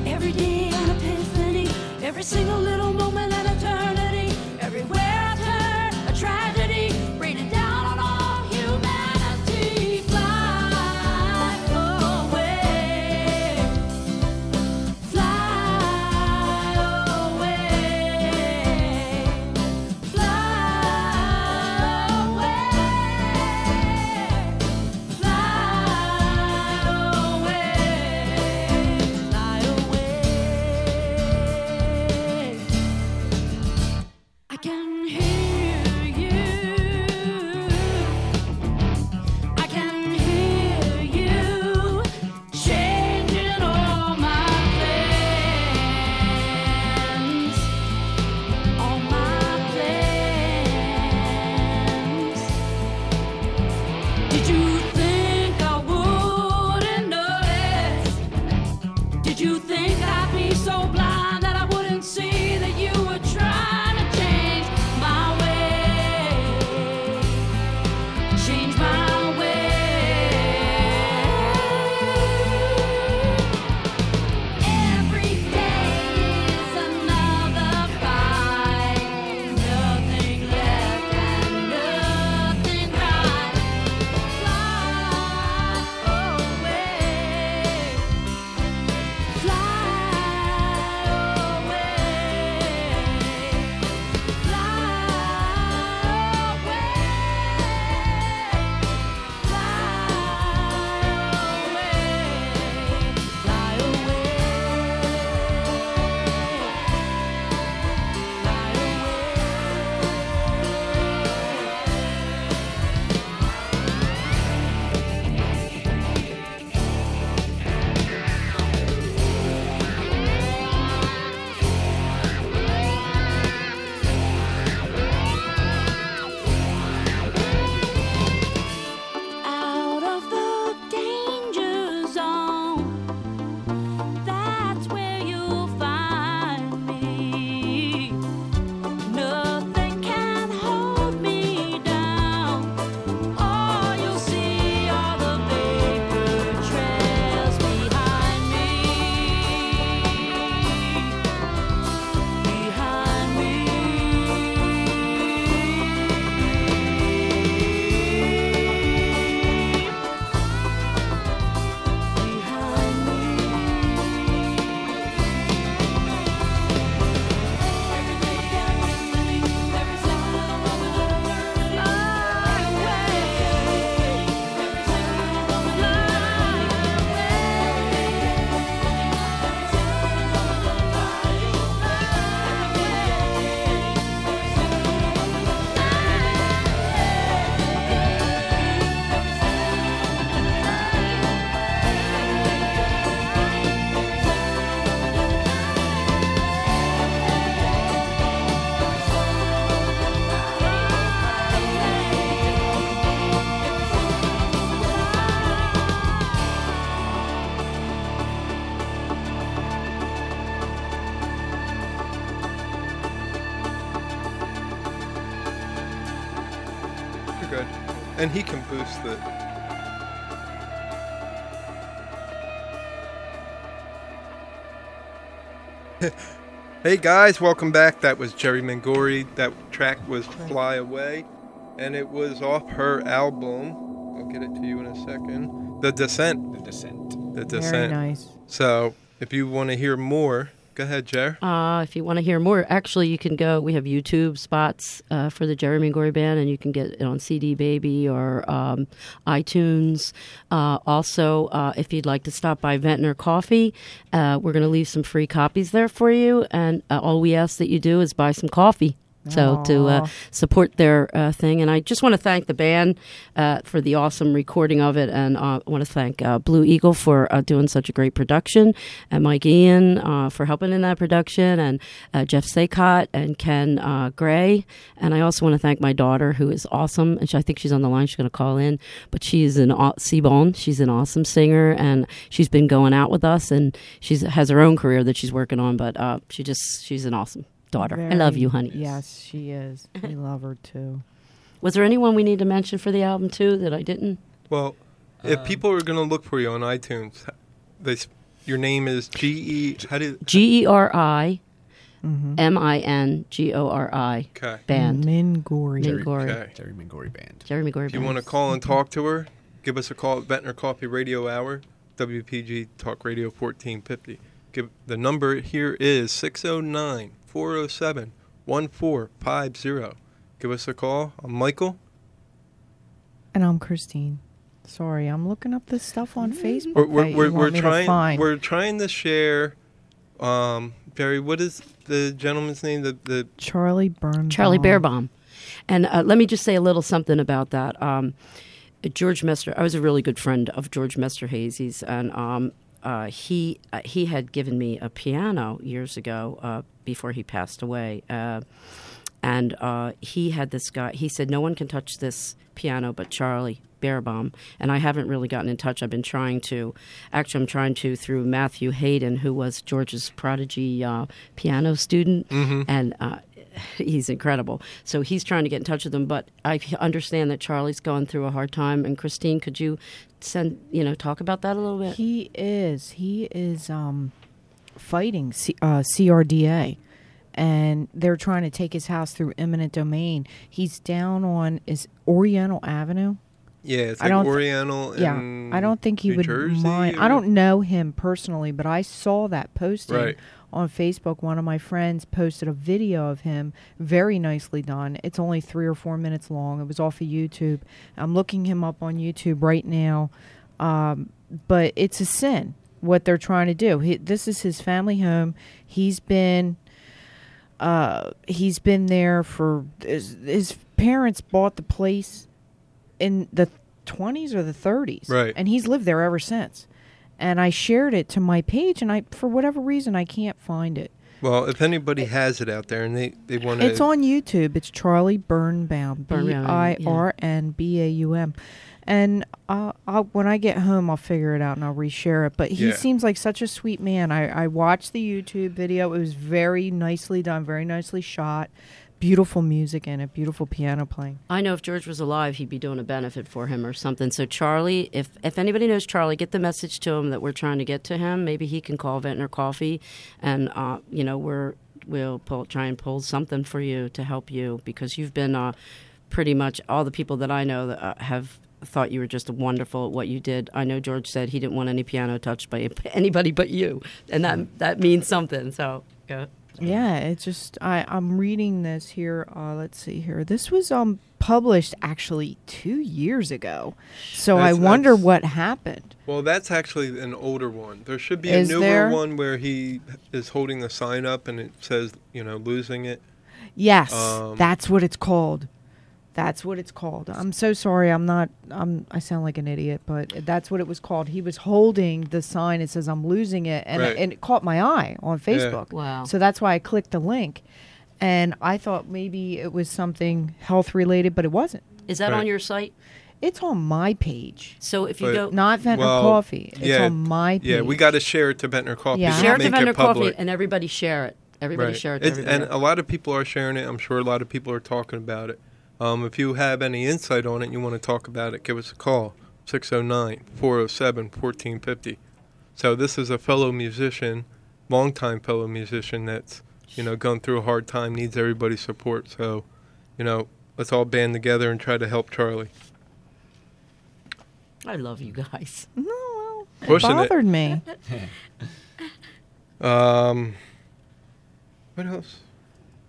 Speaker 19: Every day an epiphany. Every single little moment an eternity. Everywhere I turn, a tragedy. Raining down on all humanity. Fly away. Fly away. Fly away. I can hear you. I can hear you changing all my plans. All my plans. Did you think I wouldn't notice? Did you think I'd be so blind that I wouldn't see that you were trying to change my way? Change my way. Every day is another fight. Nothing left and nothing right. out of the danger zone. That's where you'll find me. Nothing can hold me down. All you'll see are the vapor trails behind me. Behind me.
Speaker 15: You're good. And he can boost the. hey guys, welcome back. That was Jerry Mangori. That track was Fly Away, and it was off her album. I'll get it to you in a second. The Descent. The Descent. The
Speaker 16: Very
Speaker 15: Descent.
Speaker 16: nice.
Speaker 15: So, if you want to hear more, go ahead, Jer.
Speaker 17: Uh, if you want to hear more, actually, you can go. We have YouTube spots uh, for the Jeremy Gory Band, and you can get it on CD Baby or um, iTunes. Uh, also, uh, if you'd like to stop by Ventnor Coffee, uh, we're going to leave some free copies there for you. And uh, all we ask that you do is buy some coffee. So to uh,
Speaker 16: Aw.
Speaker 17: support their uh, thing, and I just want to thank the band uh, for the awesome recording of it, and uh, I want to thank uh, Blue Eagle for uh, doing such a great production, and Mike Ian uh, for helping in that production, and uh, Jeff Saycott and Ken uh, Gray, and I also want to thank my daughter who is awesome, and she, I think she's on the line. She's going to call in, but she is an aw- Seabone. She's an awesome singer, and she's been going out with us, and she has her own career that she's working on, but uh, she just she's an awesome daughter. I love
Speaker 16: Very-
Speaker 17: you, honey.
Speaker 16: Yes, she is. We love her too.
Speaker 17: Was there anyone we need to mention for the album too that I didn't?
Speaker 15: Well,
Speaker 16: Uh,
Speaker 15: if people are going to look for you on iTunes, they s- your name is G E. How do you,
Speaker 17: G E R I
Speaker 16: Mm-hmm.
Speaker 17: M I N G O R I
Speaker 15: Okay.
Speaker 17: band.
Speaker 16: Mingori.
Speaker 15: Jerry-
Speaker 17: Mingori.
Speaker 15: okay.
Speaker 17: Jerry Mingori band. Jerry Mingori
Speaker 15: if you
Speaker 17: band.
Speaker 15: want to call and talk to her, give us a call at Ventnor Coffee Radio Hour, WPG Talk Radio 1450. Give the number here is 609 407 1450. Give us a call. I'm Michael.
Speaker 16: And I'm Christine. Sorry, I'm looking up this stuff on Facebook.
Speaker 15: We're, we're,
Speaker 16: that you
Speaker 15: we're,
Speaker 16: want
Speaker 15: we're
Speaker 16: me to
Speaker 15: trying
Speaker 16: find.
Speaker 15: we're trying to share. Um, Barry, what is the gentleman's name? The the
Speaker 16: Charlie Burnbaum.
Speaker 17: Charlie Bearbaum. And uh, let me just say a little something about that. Um, George Mester, I was a really good friend of George Mester Hazy's, and um, uh, he uh, he had given me a piano years ago uh, before he passed away. Uh, and uh, he had this guy. He said, "No one can touch this piano but Charlie Bearbaum." And I haven't really gotten in touch. I've been trying to. Actually, I'm trying to through Matthew Hayden, who was George's prodigy uh, piano student, and uh, he's incredible. So he's trying to get in touch with them. But I understand that Charlie's going through a hard time. And Christine, could you send you know talk about that a little bit?
Speaker 16: He is. He is um, fighting C- uh, CRDA, and they're trying to take his house through eminent domain. He's down on is Oriental Avenue.
Speaker 15: Yeah, it's
Speaker 16: I
Speaker 15: like
Speaker 16: don't thi-
Speaker 15: Oriental. in
Speaker 16: yeah, I don't think he
Speaker 15: New
Speaker 16: would
Speaker 15: Jersey
Speaker 16: mind.
Speaker 15: or-
Speaker 16: I don't know him personally, but I saw that posting
Speaker 15: Right.
Speaker 16: on Facebook. One of my friends posted a video of him, very nicely done. It's only three or four minutes long. It was off of YouTube. I'm looking him up on YouTube right now, um, but it's a sin what they're trying to do. He, this is his family home. He's been uh, he's been there for his, his parents bought the place in the 20s or the 30s
Speaker 15: Right.
Speaker 16: and he's lived there ever since and i shared it to my page and i for whatever reason i can't find it
Speaker 15: Well, if anybody has it out there and they, they want to.
Speaker 16: it's on youtube it's charlie birnbaum
Speaker 17: Birnbaum, yeah.
Speaker 16: b-i-r-n-b-a-u-m and uh, I'll, when i get home i'll figure it out and i'll reshare it but he
Speaker 15: Yeah.
Speaker 16: seems like such a sweet man I, I watched the youtube video it was very nicely done very nicely shot beautiful music in it beautiful piano playing
Speaker 17: I know if George was alive, he'd be doing a benefit for him or something. So Charlie, if if anybody knows Charlie, get the message to him that we're trying to get to him. Maybe he can call Ventnor Coffee, and uh, you know we're we'll pull, try and pull something for you to help you because you've been uh, pretty much all the people that I know that, uh, have thought you were just wonderful at what you did. I know George said he didn't want any piano touched by anybody but you, and that that means something. So yeah.
Speaker 16: Yeah, it's just I I'm reading this here. Uh, let's see here. This was um published actually two years ago, so I
Speaker 15: That's-
Speaker 16: wonder
Speaker 15: that's-
Speaker 16: what happened.
Speaker 15: Well, that's actually an older one. There should be
Speaker 16: Is
Speaker 15: a newer
Speaker 16: there?
Speaker 15: one where he is holding the sign up and it says, you know, losing it.
Speaker 16: Yes,
Speaker 15: Um,
Speaker 16: that's what it's called. That's what it's called. I'm so sorry. I'm not. I'm. I sound like an idiot, but that's what it was called. He was holding the sign. It says, "I'm losing it," and
Speaker 17: Right.
Speaker 16: and it caught my eye on
Speaker 17: Yeah.
Speaker 16: Facebook.
Speaker 17: Wow.
Speaker 16: So that's why I clicked the link, and I thought maybe it was something health related, but it wasn't.
Speaker 17: Is that
Speaker 16: Right.
Speaker 17: on your site?
Speaker 16: It's on my page.
Speaker 17: So if you
Speaker 15: But-
Speaker 17: go
Speaker 16: Not Ventnor
Speaker 15: well,
Speaker 16: Coffee. It's
Speaker 15: yeah,
Speaker 16: on my
Speaker 15: Yeah, we
Speaker 16: page.
Speaker 15: got to share it to Ventnor Coffee.
Speaker 16: Yeah.
Speaker 15: to
Speaker 17: Share it to
Speaker 15: make
Speaker 17: Vendor Coffee,
Speaker 15: public.
Speaker 17: and everybody share it. Everybody
Speaker 15: Right.
Speaker 17: share it. To
Speaker 15: It's-
Speaker 17: everybody.
Speaker 15: and a lot of people are sharing it. I'm sure a lot of people are talking about it. Um, if you have any insight on it and you want to talk about it, give us a call 609 407 1450. So, this is a fellow musician, longtime fellow musician that's, you know, going through a hard time, needs everybody's support. So, you know, let's all band together and try to help Charlie.
Speaker 17: I love you guys.
Speaker 16: No, well,
Speaker 15: Pushing it.
Speaker 16: bothered me.
Speaker 15: Um, what else?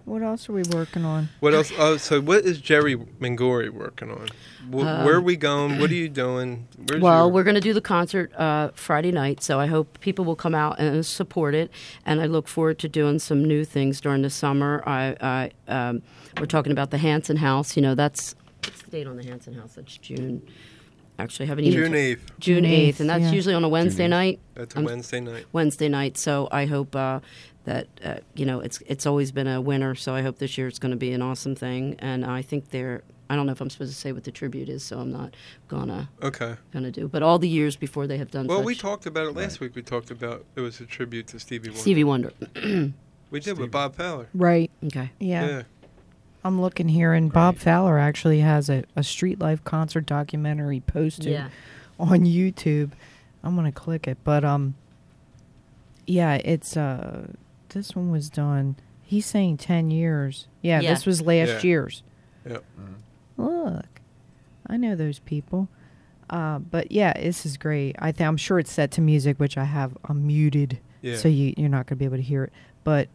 Speaker 16: What else are we working on?
Speaker 15: What else? Oh, so what is Jerry Mangori working on? Wh-
Speaker 17: Uh,
Speaker 15: where are we going? What are you doing? Where's
Speaker 17: well,
Speaker 15: your-
Speaker 17: we're going to do the concert uh, Friday night, so I hope people will come out and support it. And I look forward to doing some new things during the summer. I, I um, we're talking about the Hanson House. You know, that's what's the date on the Hanson House? That's June. Actually, I haven't even
Speaker 15: June 8th.
Speaker 17: June
Speaker 15: June
Speaker 17: eighth, and that's
Speaker 15: 8th, yeah.
Speaker 17: usually on a Wednesday
Speaker 15: June 8th.
Speaker 17: night.
Speaker 15: That's a
Speaker 17: I'm-
Speaker 15: Wednesday night.
Speaker 17: Wednesday night. So I hope uh, that uh, you know it's it's always been a winner. So I hope this year it's going to be an awesome thing. And I think they're. I don't know if I'm supposed to say what the tribute is, so I'm not gonna
Speaker 15: Okay.
Speaker 17: gonna do. But all the years before they have done.
Speaker 15: well,
Speaker 17: such,
Speaker 15: we talked about it last week. We talked about it was a tribute to Stevie Wonder.
Speaker 17: Stevie Wonder.
Speaker 15: we did with Bob Fowler.
Speaker 16: Right.
Speaker 17: Okay.
Speaker 16: Yeah.
Speaker 15: Yeah.
Speaker 16: I'm looking here, and Bob Fowler actually has a, a street life concert documentary posted
Speaker 17: Yeah.
Speaker 16: on YouTube. I'm gonna click it, but um, yeah, it's uh, this one was done. He's saying ten years. Yeah,
Speaker 17: Yeah.
Speaker 16: this was last
Speaker 17: Yeah.
Speaker 16: year's.
Speaker 15: Yep.
Speaker 16: Look, I know those people. Uh, but yeah, this is great. I th- I'm sure it's set to music, which I have um, muted,
Speaker 12: Yeah.
Speaker 16: so you you're not gonna be able to hear it. But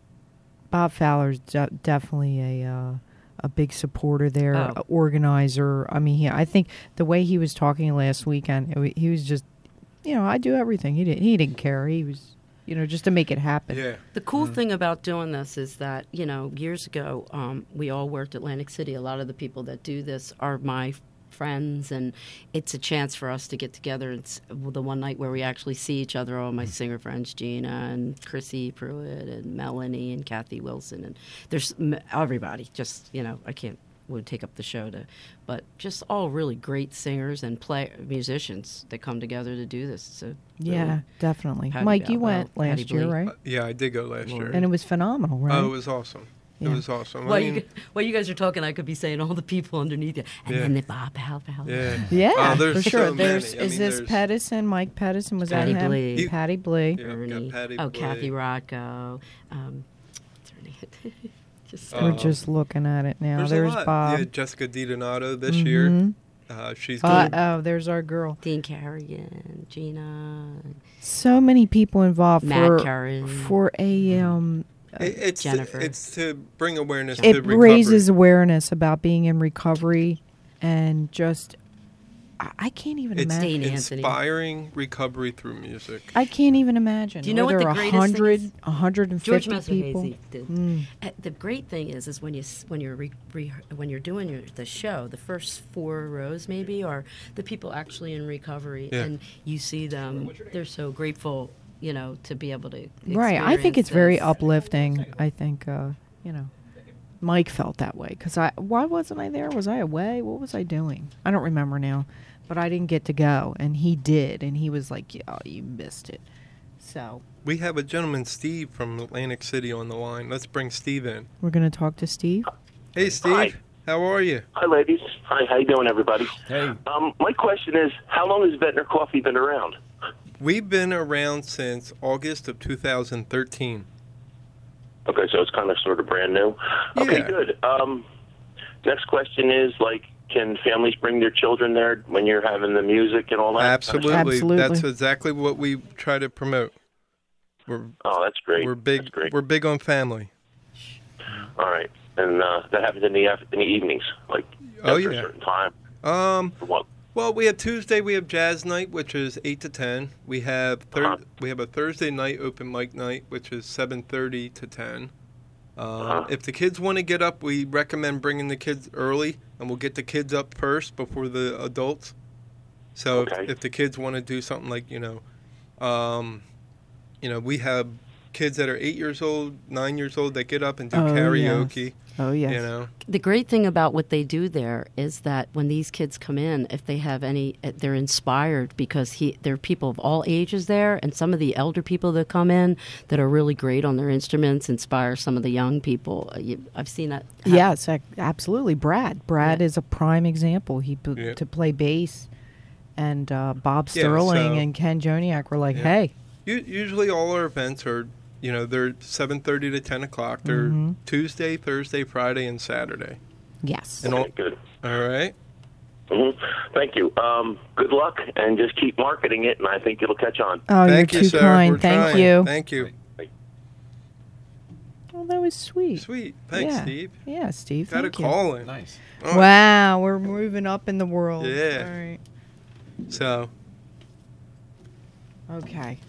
Speaker 16: Bob Fowler's de- definitely a uh, a big supporter there,
Speaker 12: Oh.
Speaker 16: a organizer. I mean, he, I think the way he was talking last weekend, it, wa- he was just, you know, I do everything. He didn't he didn't care. He was, you know, just to make it happen.
Speaker 17: The cool thing about doing this is that, you know, years ago, um, we all worked Atlantic City. A lot of the people that do this are my friends, and it's a chance for us to get together. It's the one night where we actually see each other, all my singer friends, Gina and Chrissy Pruitt and Melanie and Kathy Wilson. And there's m- everybody, just, you know, I can't would take up the show to but just all really great singers and play musicians that come together to do this so
Speaker 16: Yeah, definitely. Mike, you went last year, right?
Speaker 15: Uh, yeah, I did go last year.
Speaker 16: And it was phenomenal, right?
Speaker 15: Oh, it was awesome.
Speaker 16: Yeah.
Speaker 15: It was awesome.
Speaker 17: While,
Speaker 15: I mean,
Speaker 17: you, gu- while you guys are talking, I could be saying all the people underneath you, and
Speaker 15: Yeah.
Speaker 17: then the Bob Halpern.
Speaker 15: Yeah.
Speaker 16: Yeah,
Speaker 15: Oh, there's
Speaker 16: for sure.
Speaker 15: so many.
Speaker 16: there's
Speaker 15: I
Speaker 16: is
Speaker 15: mean,
Speaker 16: this
Speaker 15: there's-
Speaker 16: Pettison? Mike Pettison was
Speaker 17: Patty
Speaker 16: that him?
Speaker 17: Blee. You-
Speaker 16: Patty Blee.
Speaker 17: Ernie. oh, Kathy Rocco. Um, what's her name? just
Speaker 16: We're just looking at it now.
Speaker 15: there's,
Speaker 16: There's,
Speaker 15: a lot.
Speaker 16: Bob.
Speaker 15: Yeah, Jessica DiDonato this
Speaker 16: Mhm.
Speaker 15: year. Uh, she's
Speaker 16: Uh,
Speaker 15: doing-
Speaker 16: oh, there's our girl.
Speaker 17: Dean Carrigan, Gina,
Speaker 16: So many people involved
Speaker 17: Matt
Speaker 16: for
Speaker 17: Karen.
Speaker 16: for a
Speaker 15: Mm-hmm.
Speaker 16: um.
Speaker 15: It- it's
Speaker 17: Jennifer.
Speaker 15: To, it's to bring awareness to
Speaker 16: It
Speaker 15: recovery.
Speaker 16: raises awareness about being in recovery, and just I, I can't even
Speaker 15: It's
Speaker 16: imagine.
Speaker 15: inspiring recovery through music.
Speaker 16: I can't even imagine.
Speaker 17: Do you know
Speaker 16: Were
Speaker 17: what
Speaker 16: there
Speaker 17: the
Speaker 16: a
Speaker 17: greatest thing
Speaker 16: hundred,
Speaker 17: is?
Speaker 16: a hundred and
Speaker 17: George
Speaker 16: fifty people?
Speaker 17: Mazzarese did.
Speaker 16: Mm.
Speaker 17: Uh, the great thing is, is when you s- when you're re, re, when you're doing your, the show, the first four rows maybe are the people actually in recovery,
Speaker 16: Yeah.
Speaker 17: and you see them. They're so grateful, you know, to be able to.
Speaker 16: Right. I think
Speaker 17: experience
Speaker 16: it's very
Speaker 17: this.
Speaker 16: uplifting. I think uh, you know, Mike felt that way because I. Why wasn't I there? Was I away? What was I doing? I don't remember now, but I didn't get to go, and he did, and he was like, "Yeah, you missed it." So
Speaker 15: We have a gentleman, Steve, from Atlantic City on the line. Let's bring Steve in.
Speaker 16: we're gonna talk to Steve.
Speaker 15: Hey, Steve. How are you?
Speaker 20: Hi, ladies. Hi, how you doing, everybody? Hey. Um, my question is, how long has Ventnor Coffee been around?
Speaker 15: We've been around since August of 2013.
Speaker 20: Okay, so it's kind of sort of brand new. Okay, good. Um, next question is, like, can families bring their children there when you're having the music and all that?
Speaker 15: Absolutely. That's exactly what we try to promote. We're,
Speaker 20: oh, that's great.
Speaker 15: We're big. We're big on family.
Speaker 20: All right. And uh, that happens in the af- in the evenings, like
Speaker 15: Oh,
Speaker 20: after
Speaker 15: yeah.
Speaker 20: a certain time.
Speaker 15: Um,
Speaker 20: What?
Speaker 15: Well, we have Tuesday. We have jazz night, which is eight to ten. We have thir-
Speaker 20: Uh-huh.
Speaker 15: we have a Thursday night open mic night, which is seven thirty to ten. Um,
Speaker 20: Uh-huh.
Speaker 15: If the kids want to get up, we recommend bringing the kids early, and we'll get the kids up first before the adults. So
Speaker 20: Okay.
Speaker 15: if, if the kids want to do something like you know, um, you know, we have kids that are eight years old, nine years old that get up and do
Speaker 20: Oh, yes.
Speaker 15: karaoke.
Speaker 16: Oh yes.
Speaker 15: You know.
Speaker 17: the great thing about what they do there is that when these kids come in, if they have any, uh, they're inspired because he, there are people of all ages there, and some of the elder people that come in that are really great on their instruments inspire some of the young people. Uh, you- I've seen that.
Speaker 16: Yes, ac- absolutely. Brad. Brad is a prime example. He b- to play bass, and uh, Bob
Speaker 15: Yeah,
Speaker 16: Sterling
Speaker 15: so-
Speaker 16: and Ken Joniak were like,
Speaker 15: Yeah.
Speaker 16: "Hey,
Speaker 15: U- usually, all our events are, you know, they're seven thirty to ten o'clock. They're
Speaker 16: Mhm.
Speaker 15: Tuesday, Thursday, Friday, and Saturday.
Speaker 16: yes."
Speaker 15: And all,
Speaker 20: good.
Speaker 15: all right.
Speaker 20: hmm Thank you. Um, good luck, and just keep marketing it, and I think it'll catch on.
Speaker 16: Oh, you're too kind.
Speaker 15: We're
Speaker 16: Thank
Speaker 15: trying.
Speaker 16: you.
Speaker 15: Thank you.
Speaker 16: Oh, Well, that was sweet.
Speaker 15: Sweet. Thanks,
Speaker 16: yeah.
Speaker 15: Steve.
Speaker 16: Yeah, Steve.
Speaker 15: Got a
Speaker 16: thank you.
Speaker 15: call in. Nice. All right.
Speaker 16: Wow, we're moving up in the world.
Speaker 15: Yeah.
Speaker 16: All right.
Speaker 15: So,
Speaker 16: Okay.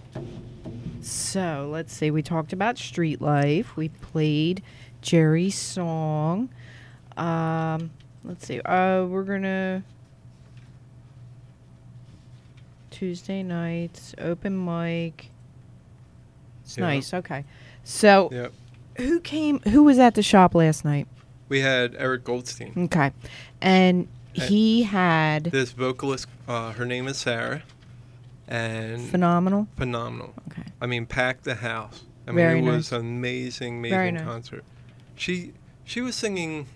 Speaker 16: So let's see. We talked about street life. We played Jerry's song. Um, let's see. Uh, we're gonna Tuesday nights open mic. It's
Speaker 15: Yeah.
Speaker 16: nice. Okay. So
Speaker 15: Yep.
Speaker 16: who came? Who was at the shop last night?
Speaker 15: we had Eric Goldstein.
Speaker 16: Okay, and
Speaker 15: Uh,
Speaker 16: he had
Speaker 15: This vocalist, uh, her name is Sarah, and
Speaker 16: Phenomenal?
Speaker 15: Phenomenal. Okay. I mean, packed the house. I mean,
Speaker 16: Very
Speaker 15: it
Speaker 16: nice.
Speaker 15: was amazing, amazing
Speaker 16: Very nice.
Speaker 15: concert. She she was singing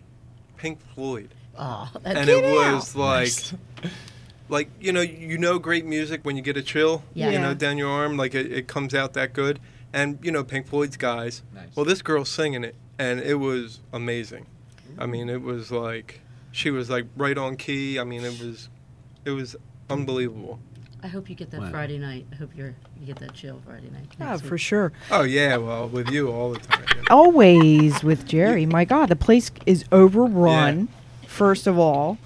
Speaker 15: Pink Floyd.
Speaker 17: Oh,
Speaker 15: and it was like, like you know, you know, great music when you get a chill,
Speaker 17: Yeah.
Speaker 15: you know,
Speaker 17: Yeah.
Speaker 15: down your arm, like it, it comes out that good. And you know, Pink Floyd's guys. Well, this girl's singing it, and it was amazing. I mean, it was like she was like right on key. I mean, it was, it was unbelievable.
Speaker 17: I hope you get that
Speaker 15: Wow.
Speaker 17: Friday night. I hope you're you get that chill Friday night.
Speaker 16: Oh,
Speaker 17: next
Speaker 16: for
Speaker 17: week.
Speaker 16: sure.
Speaker 15: Oh yeah, well, with you all the time.
Speaker 16: always with Jerry. My God, the place is overrun. First of all,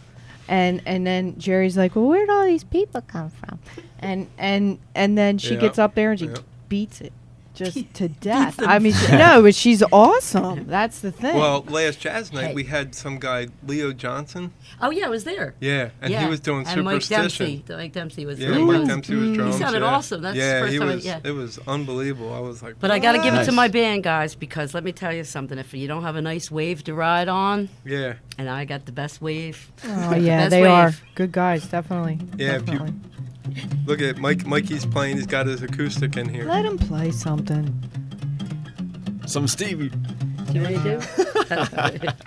Speaker 16: and and then Jerry's like, "Well, where did all these people come from?" And and and then she
Speaker 3: Yeah,
Speaker 16: gets up there and she
Speaker 3: yeah.
Speaker 16: beats it just to death.
Speaker 3: them.
Speaker 16: I mean, she- no, but she's awesome. That's the thing.
Speaker 15: Well, last jazz night
Speaker 16: Hey.
Speaker 15: we had some guy, Leo Johnson.
Speaker 17: Oh yeah, I was there.
Speaker 15: Yeah, and he was doing
Speaker 17: and Mike Dempsey.
Speaker 15: Superstition.
Speaker 17: The Mike Dempsey was.
Speaker 15: Yeah,
Speaker 17: playing
Speaker 15: Mike
Speaker 17: drums.
Speaker 15: Dempsey was drums.
Speaker 17: He sounded
Speaker 15: yeah.
Speaker 17: awesome. That's
Speaker 15: yeah,
Speaker 17: the first
Speaker 15: he
Speaker 17: time. I-
Speaker 15: was,
Speaker 17: yeah.
Speaker 15: It was unbelievable. I was like,
Speaker 17: But I got to give it to
Speaker 15: "What?"
Speaker 17: my band guys because let me tell you something. If you don't have a nice wave to ride on,
Speaker 15: yeah,
Speaker 17: and I got the best wave.
Speaker 16: oh
Speaker 17: The
Speaker 16: yeah,
Speaker 17: best
Speaker 16: they
Speaker 17: wave.
Speaker 16: are good guys, definitely.
Speaker 15: Yeah, if you look at Mike, Mikey's playing. He's got his acoustic in here.
Speaker 16: Let him play something.
Speaker 18: Some Stevie.
Speaker 17: Do you want to do?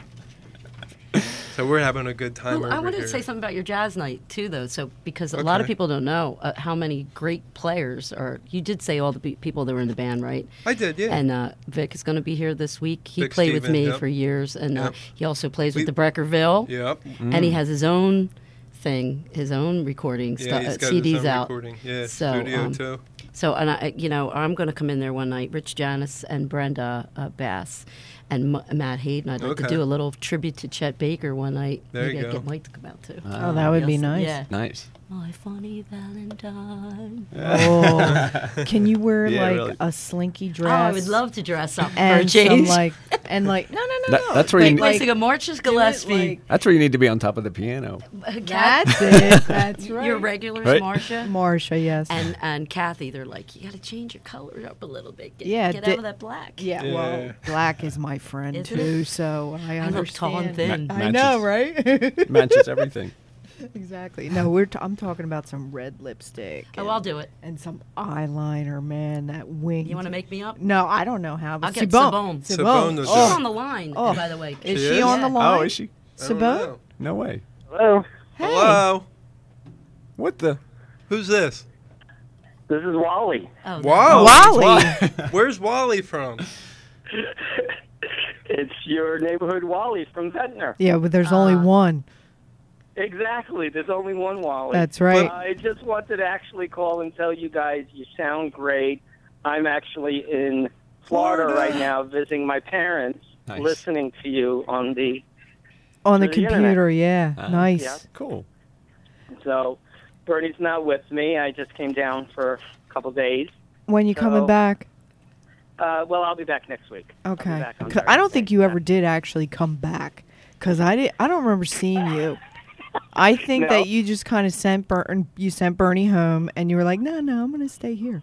Speaker 15: So we're having a good time.
Speaker 17: Well, I
Speaker 15: over
Speaker 17: wanted
Speaker 15: here.
Speaker 17: to say something about your jazz night too, though. So because a
Speaker 15: Okay.
Speaker 17: lot of people don't know uh, how many great players are. You did say all the pe- people that were in the band, right?
Speaker 15: I did, yeah.
Speaker 17: And uh, Vic is going to be here this week. He
Speaker 15: Vic
Speaker 17: played with
Speaker 15: Steven,
Speaker 17: me
Speaker 15: yep.
Speaker 17: for years, and uh,
Speaker 15: Yep.
Speaker 17: he also plays with
Speaker 15: We-
Speaker 17: the Breckerville.
Speaker 15: Yep.
Speaker 17: And he
Speaker 15: Mm.
Speaker 17: has his own thing, his own recording
Speaker 15: Yeah,
Speaker 17: stu-
Speaker 15: he's
Speaker 17: uh,
Speaker 15: got his
Speaker 17: CDs
Speaker 15: own
Speaker 17: out.
Speaker 15: recording. Yeah,
Speaker 17: so,
Speaker 15: studio
Speaker 17: um,
Speaker 15: too.
Speaker 17: So, and I, you know, I'm going to come in there one night. Rich Janis and Brenda uh, Bass and M- Matt Hayden. I'd like to
Speaker 18: Okay.
Speaker 17: do a little tribute to Chet Baker one night.
Speaker 18: There
Speaker 17: Maybe
Speaker 18: you
Speaker 17: I'd
Speaker 18: go.
Speaker 17: get Mike to come out too.
Speaker 18: Oh, that would be
Speaker 17: Yes,
Speaker 18: nice.
Speaker 17: Yeah.
Speaker 18: Nice.
Speaker 17: My funny Valentine.
Speaker 16: Oh, can you wear
Speaker 18: Yeah,
Speaker 16: like
Speaker 18: really.
Speaker 16: a slinky
Speaker 17: Oh,
Speaker 16: dress?
Speaker 17: I would love to dress up for a
Speaker 16: and some,
Speaker 17: change.
Speaker 16: like and like no no no.
Speaker 18: That-
Speaker 16: no.
Speaker 18: that's where you
Speaker 16: But,
Speaker 18: need-
Speaker 17: Like a Marchus
Speaker 16: do it,
Speaker 17: Gillespie.
Speaker 18: That's where you need to be on top of the piano.
Speaker 17: Like,
Speaker 16: That's it. That's right.
Speaker 17: Your regulars,
Speaker 18: Right.
Speaker 17: Marcia.
Speaker 16: Marsha, yes.
Speaker 17: And and Kathy, they're like, you got to change your color up a little bit. Get,
Speaker 16: yeah,
Speaker 17: get
Speaker 16: di-
Speaker 17: out of that black.
Speaker 16: Yeah, well, black is my friend
Speaker 17: Isn't
Speaker 16: too,
Speaker 17: it?
Speaker 16: so I
Speaker 17: I
Speaker 16: understand.
Speaker 17: look tall and thin.
Speaker 16: I
Speaker 18: matches-
Speaker 16: know, right?
Speaker 18: matches everything.
Speaker 16: Exactly. No, we're. T- I'm talking about some red lipstick.
Speaker 17: Oh, I'll do it.
Speaker 16: And some eyeliner, man. That wing.
Speaker 17: You wanna make me up?
Speaker 16: No, I don't know how. But
Speaker 17: I'll get
Speaker 16: Sabone.
Speaker 17: Sabone.
Speaker 16: Sabone.
Speaker 17: She's
Speaker 16: Oh.
Speaker 17: on the line,
Speaker 16: Oh.
Speaker 17: by the way.
Speaker 16: Is she, on the line?
Speaker 18: Oh, is she?
Speaker 16: Sabone.
Speaker 18: No way.
Speaker 21: Hello.
Speaker 15: Oh, Hello.
Speaker 18: What the?
Speaker 15: Who's this?
Speaker 21: This is Wally.
Speaker 17: Oh,
Speaker 15: Wow.
Speaker 21: Wally.
Speaker 15: Where's Wally from?
Speaker 21: It's your neighborhood Wally from Ventnor. Uh,
Speaker 16: Yeah, but there's only one.
Speaker 21: Exactly. There's only one Wally.
Speaker 16: That's right.
Speaker 21: I just wanted to actually call and tell you guys you sound great. I'm actually in Florida, right now visiting my parents,
Speaker 16: Nice.
Speaker 21: listening to you on the
Speaker 16: On the
Speaker 21: through the internet.
Speaker 16: computer, yeah.
Speaker 21: Ah.
Speaker 16: nice.
Speaker 21: Yeah.
Speaker 18: Cool.
Speaker 21: So Bernie's not with me. I just came down for a couple days.
Speaker 16: When you coming
Speaker 21: So,
Speaker 16: back?
Speaker 21: Uh, well, I'll be back next week. I'll be
Speaker 16: Okay.
Speaker 21: back on
Speaker 16: 'Cause I don't
Speaker 21: Thursday.
Speaker 16: think you ever did actually come back, cause I did. I don't remember seeing you. I think
Speaker 21: No.
Speaker 16: that you just kind of sent Bern. You sent Bernie home, and you were like, "No, no, I'm gonna stay here."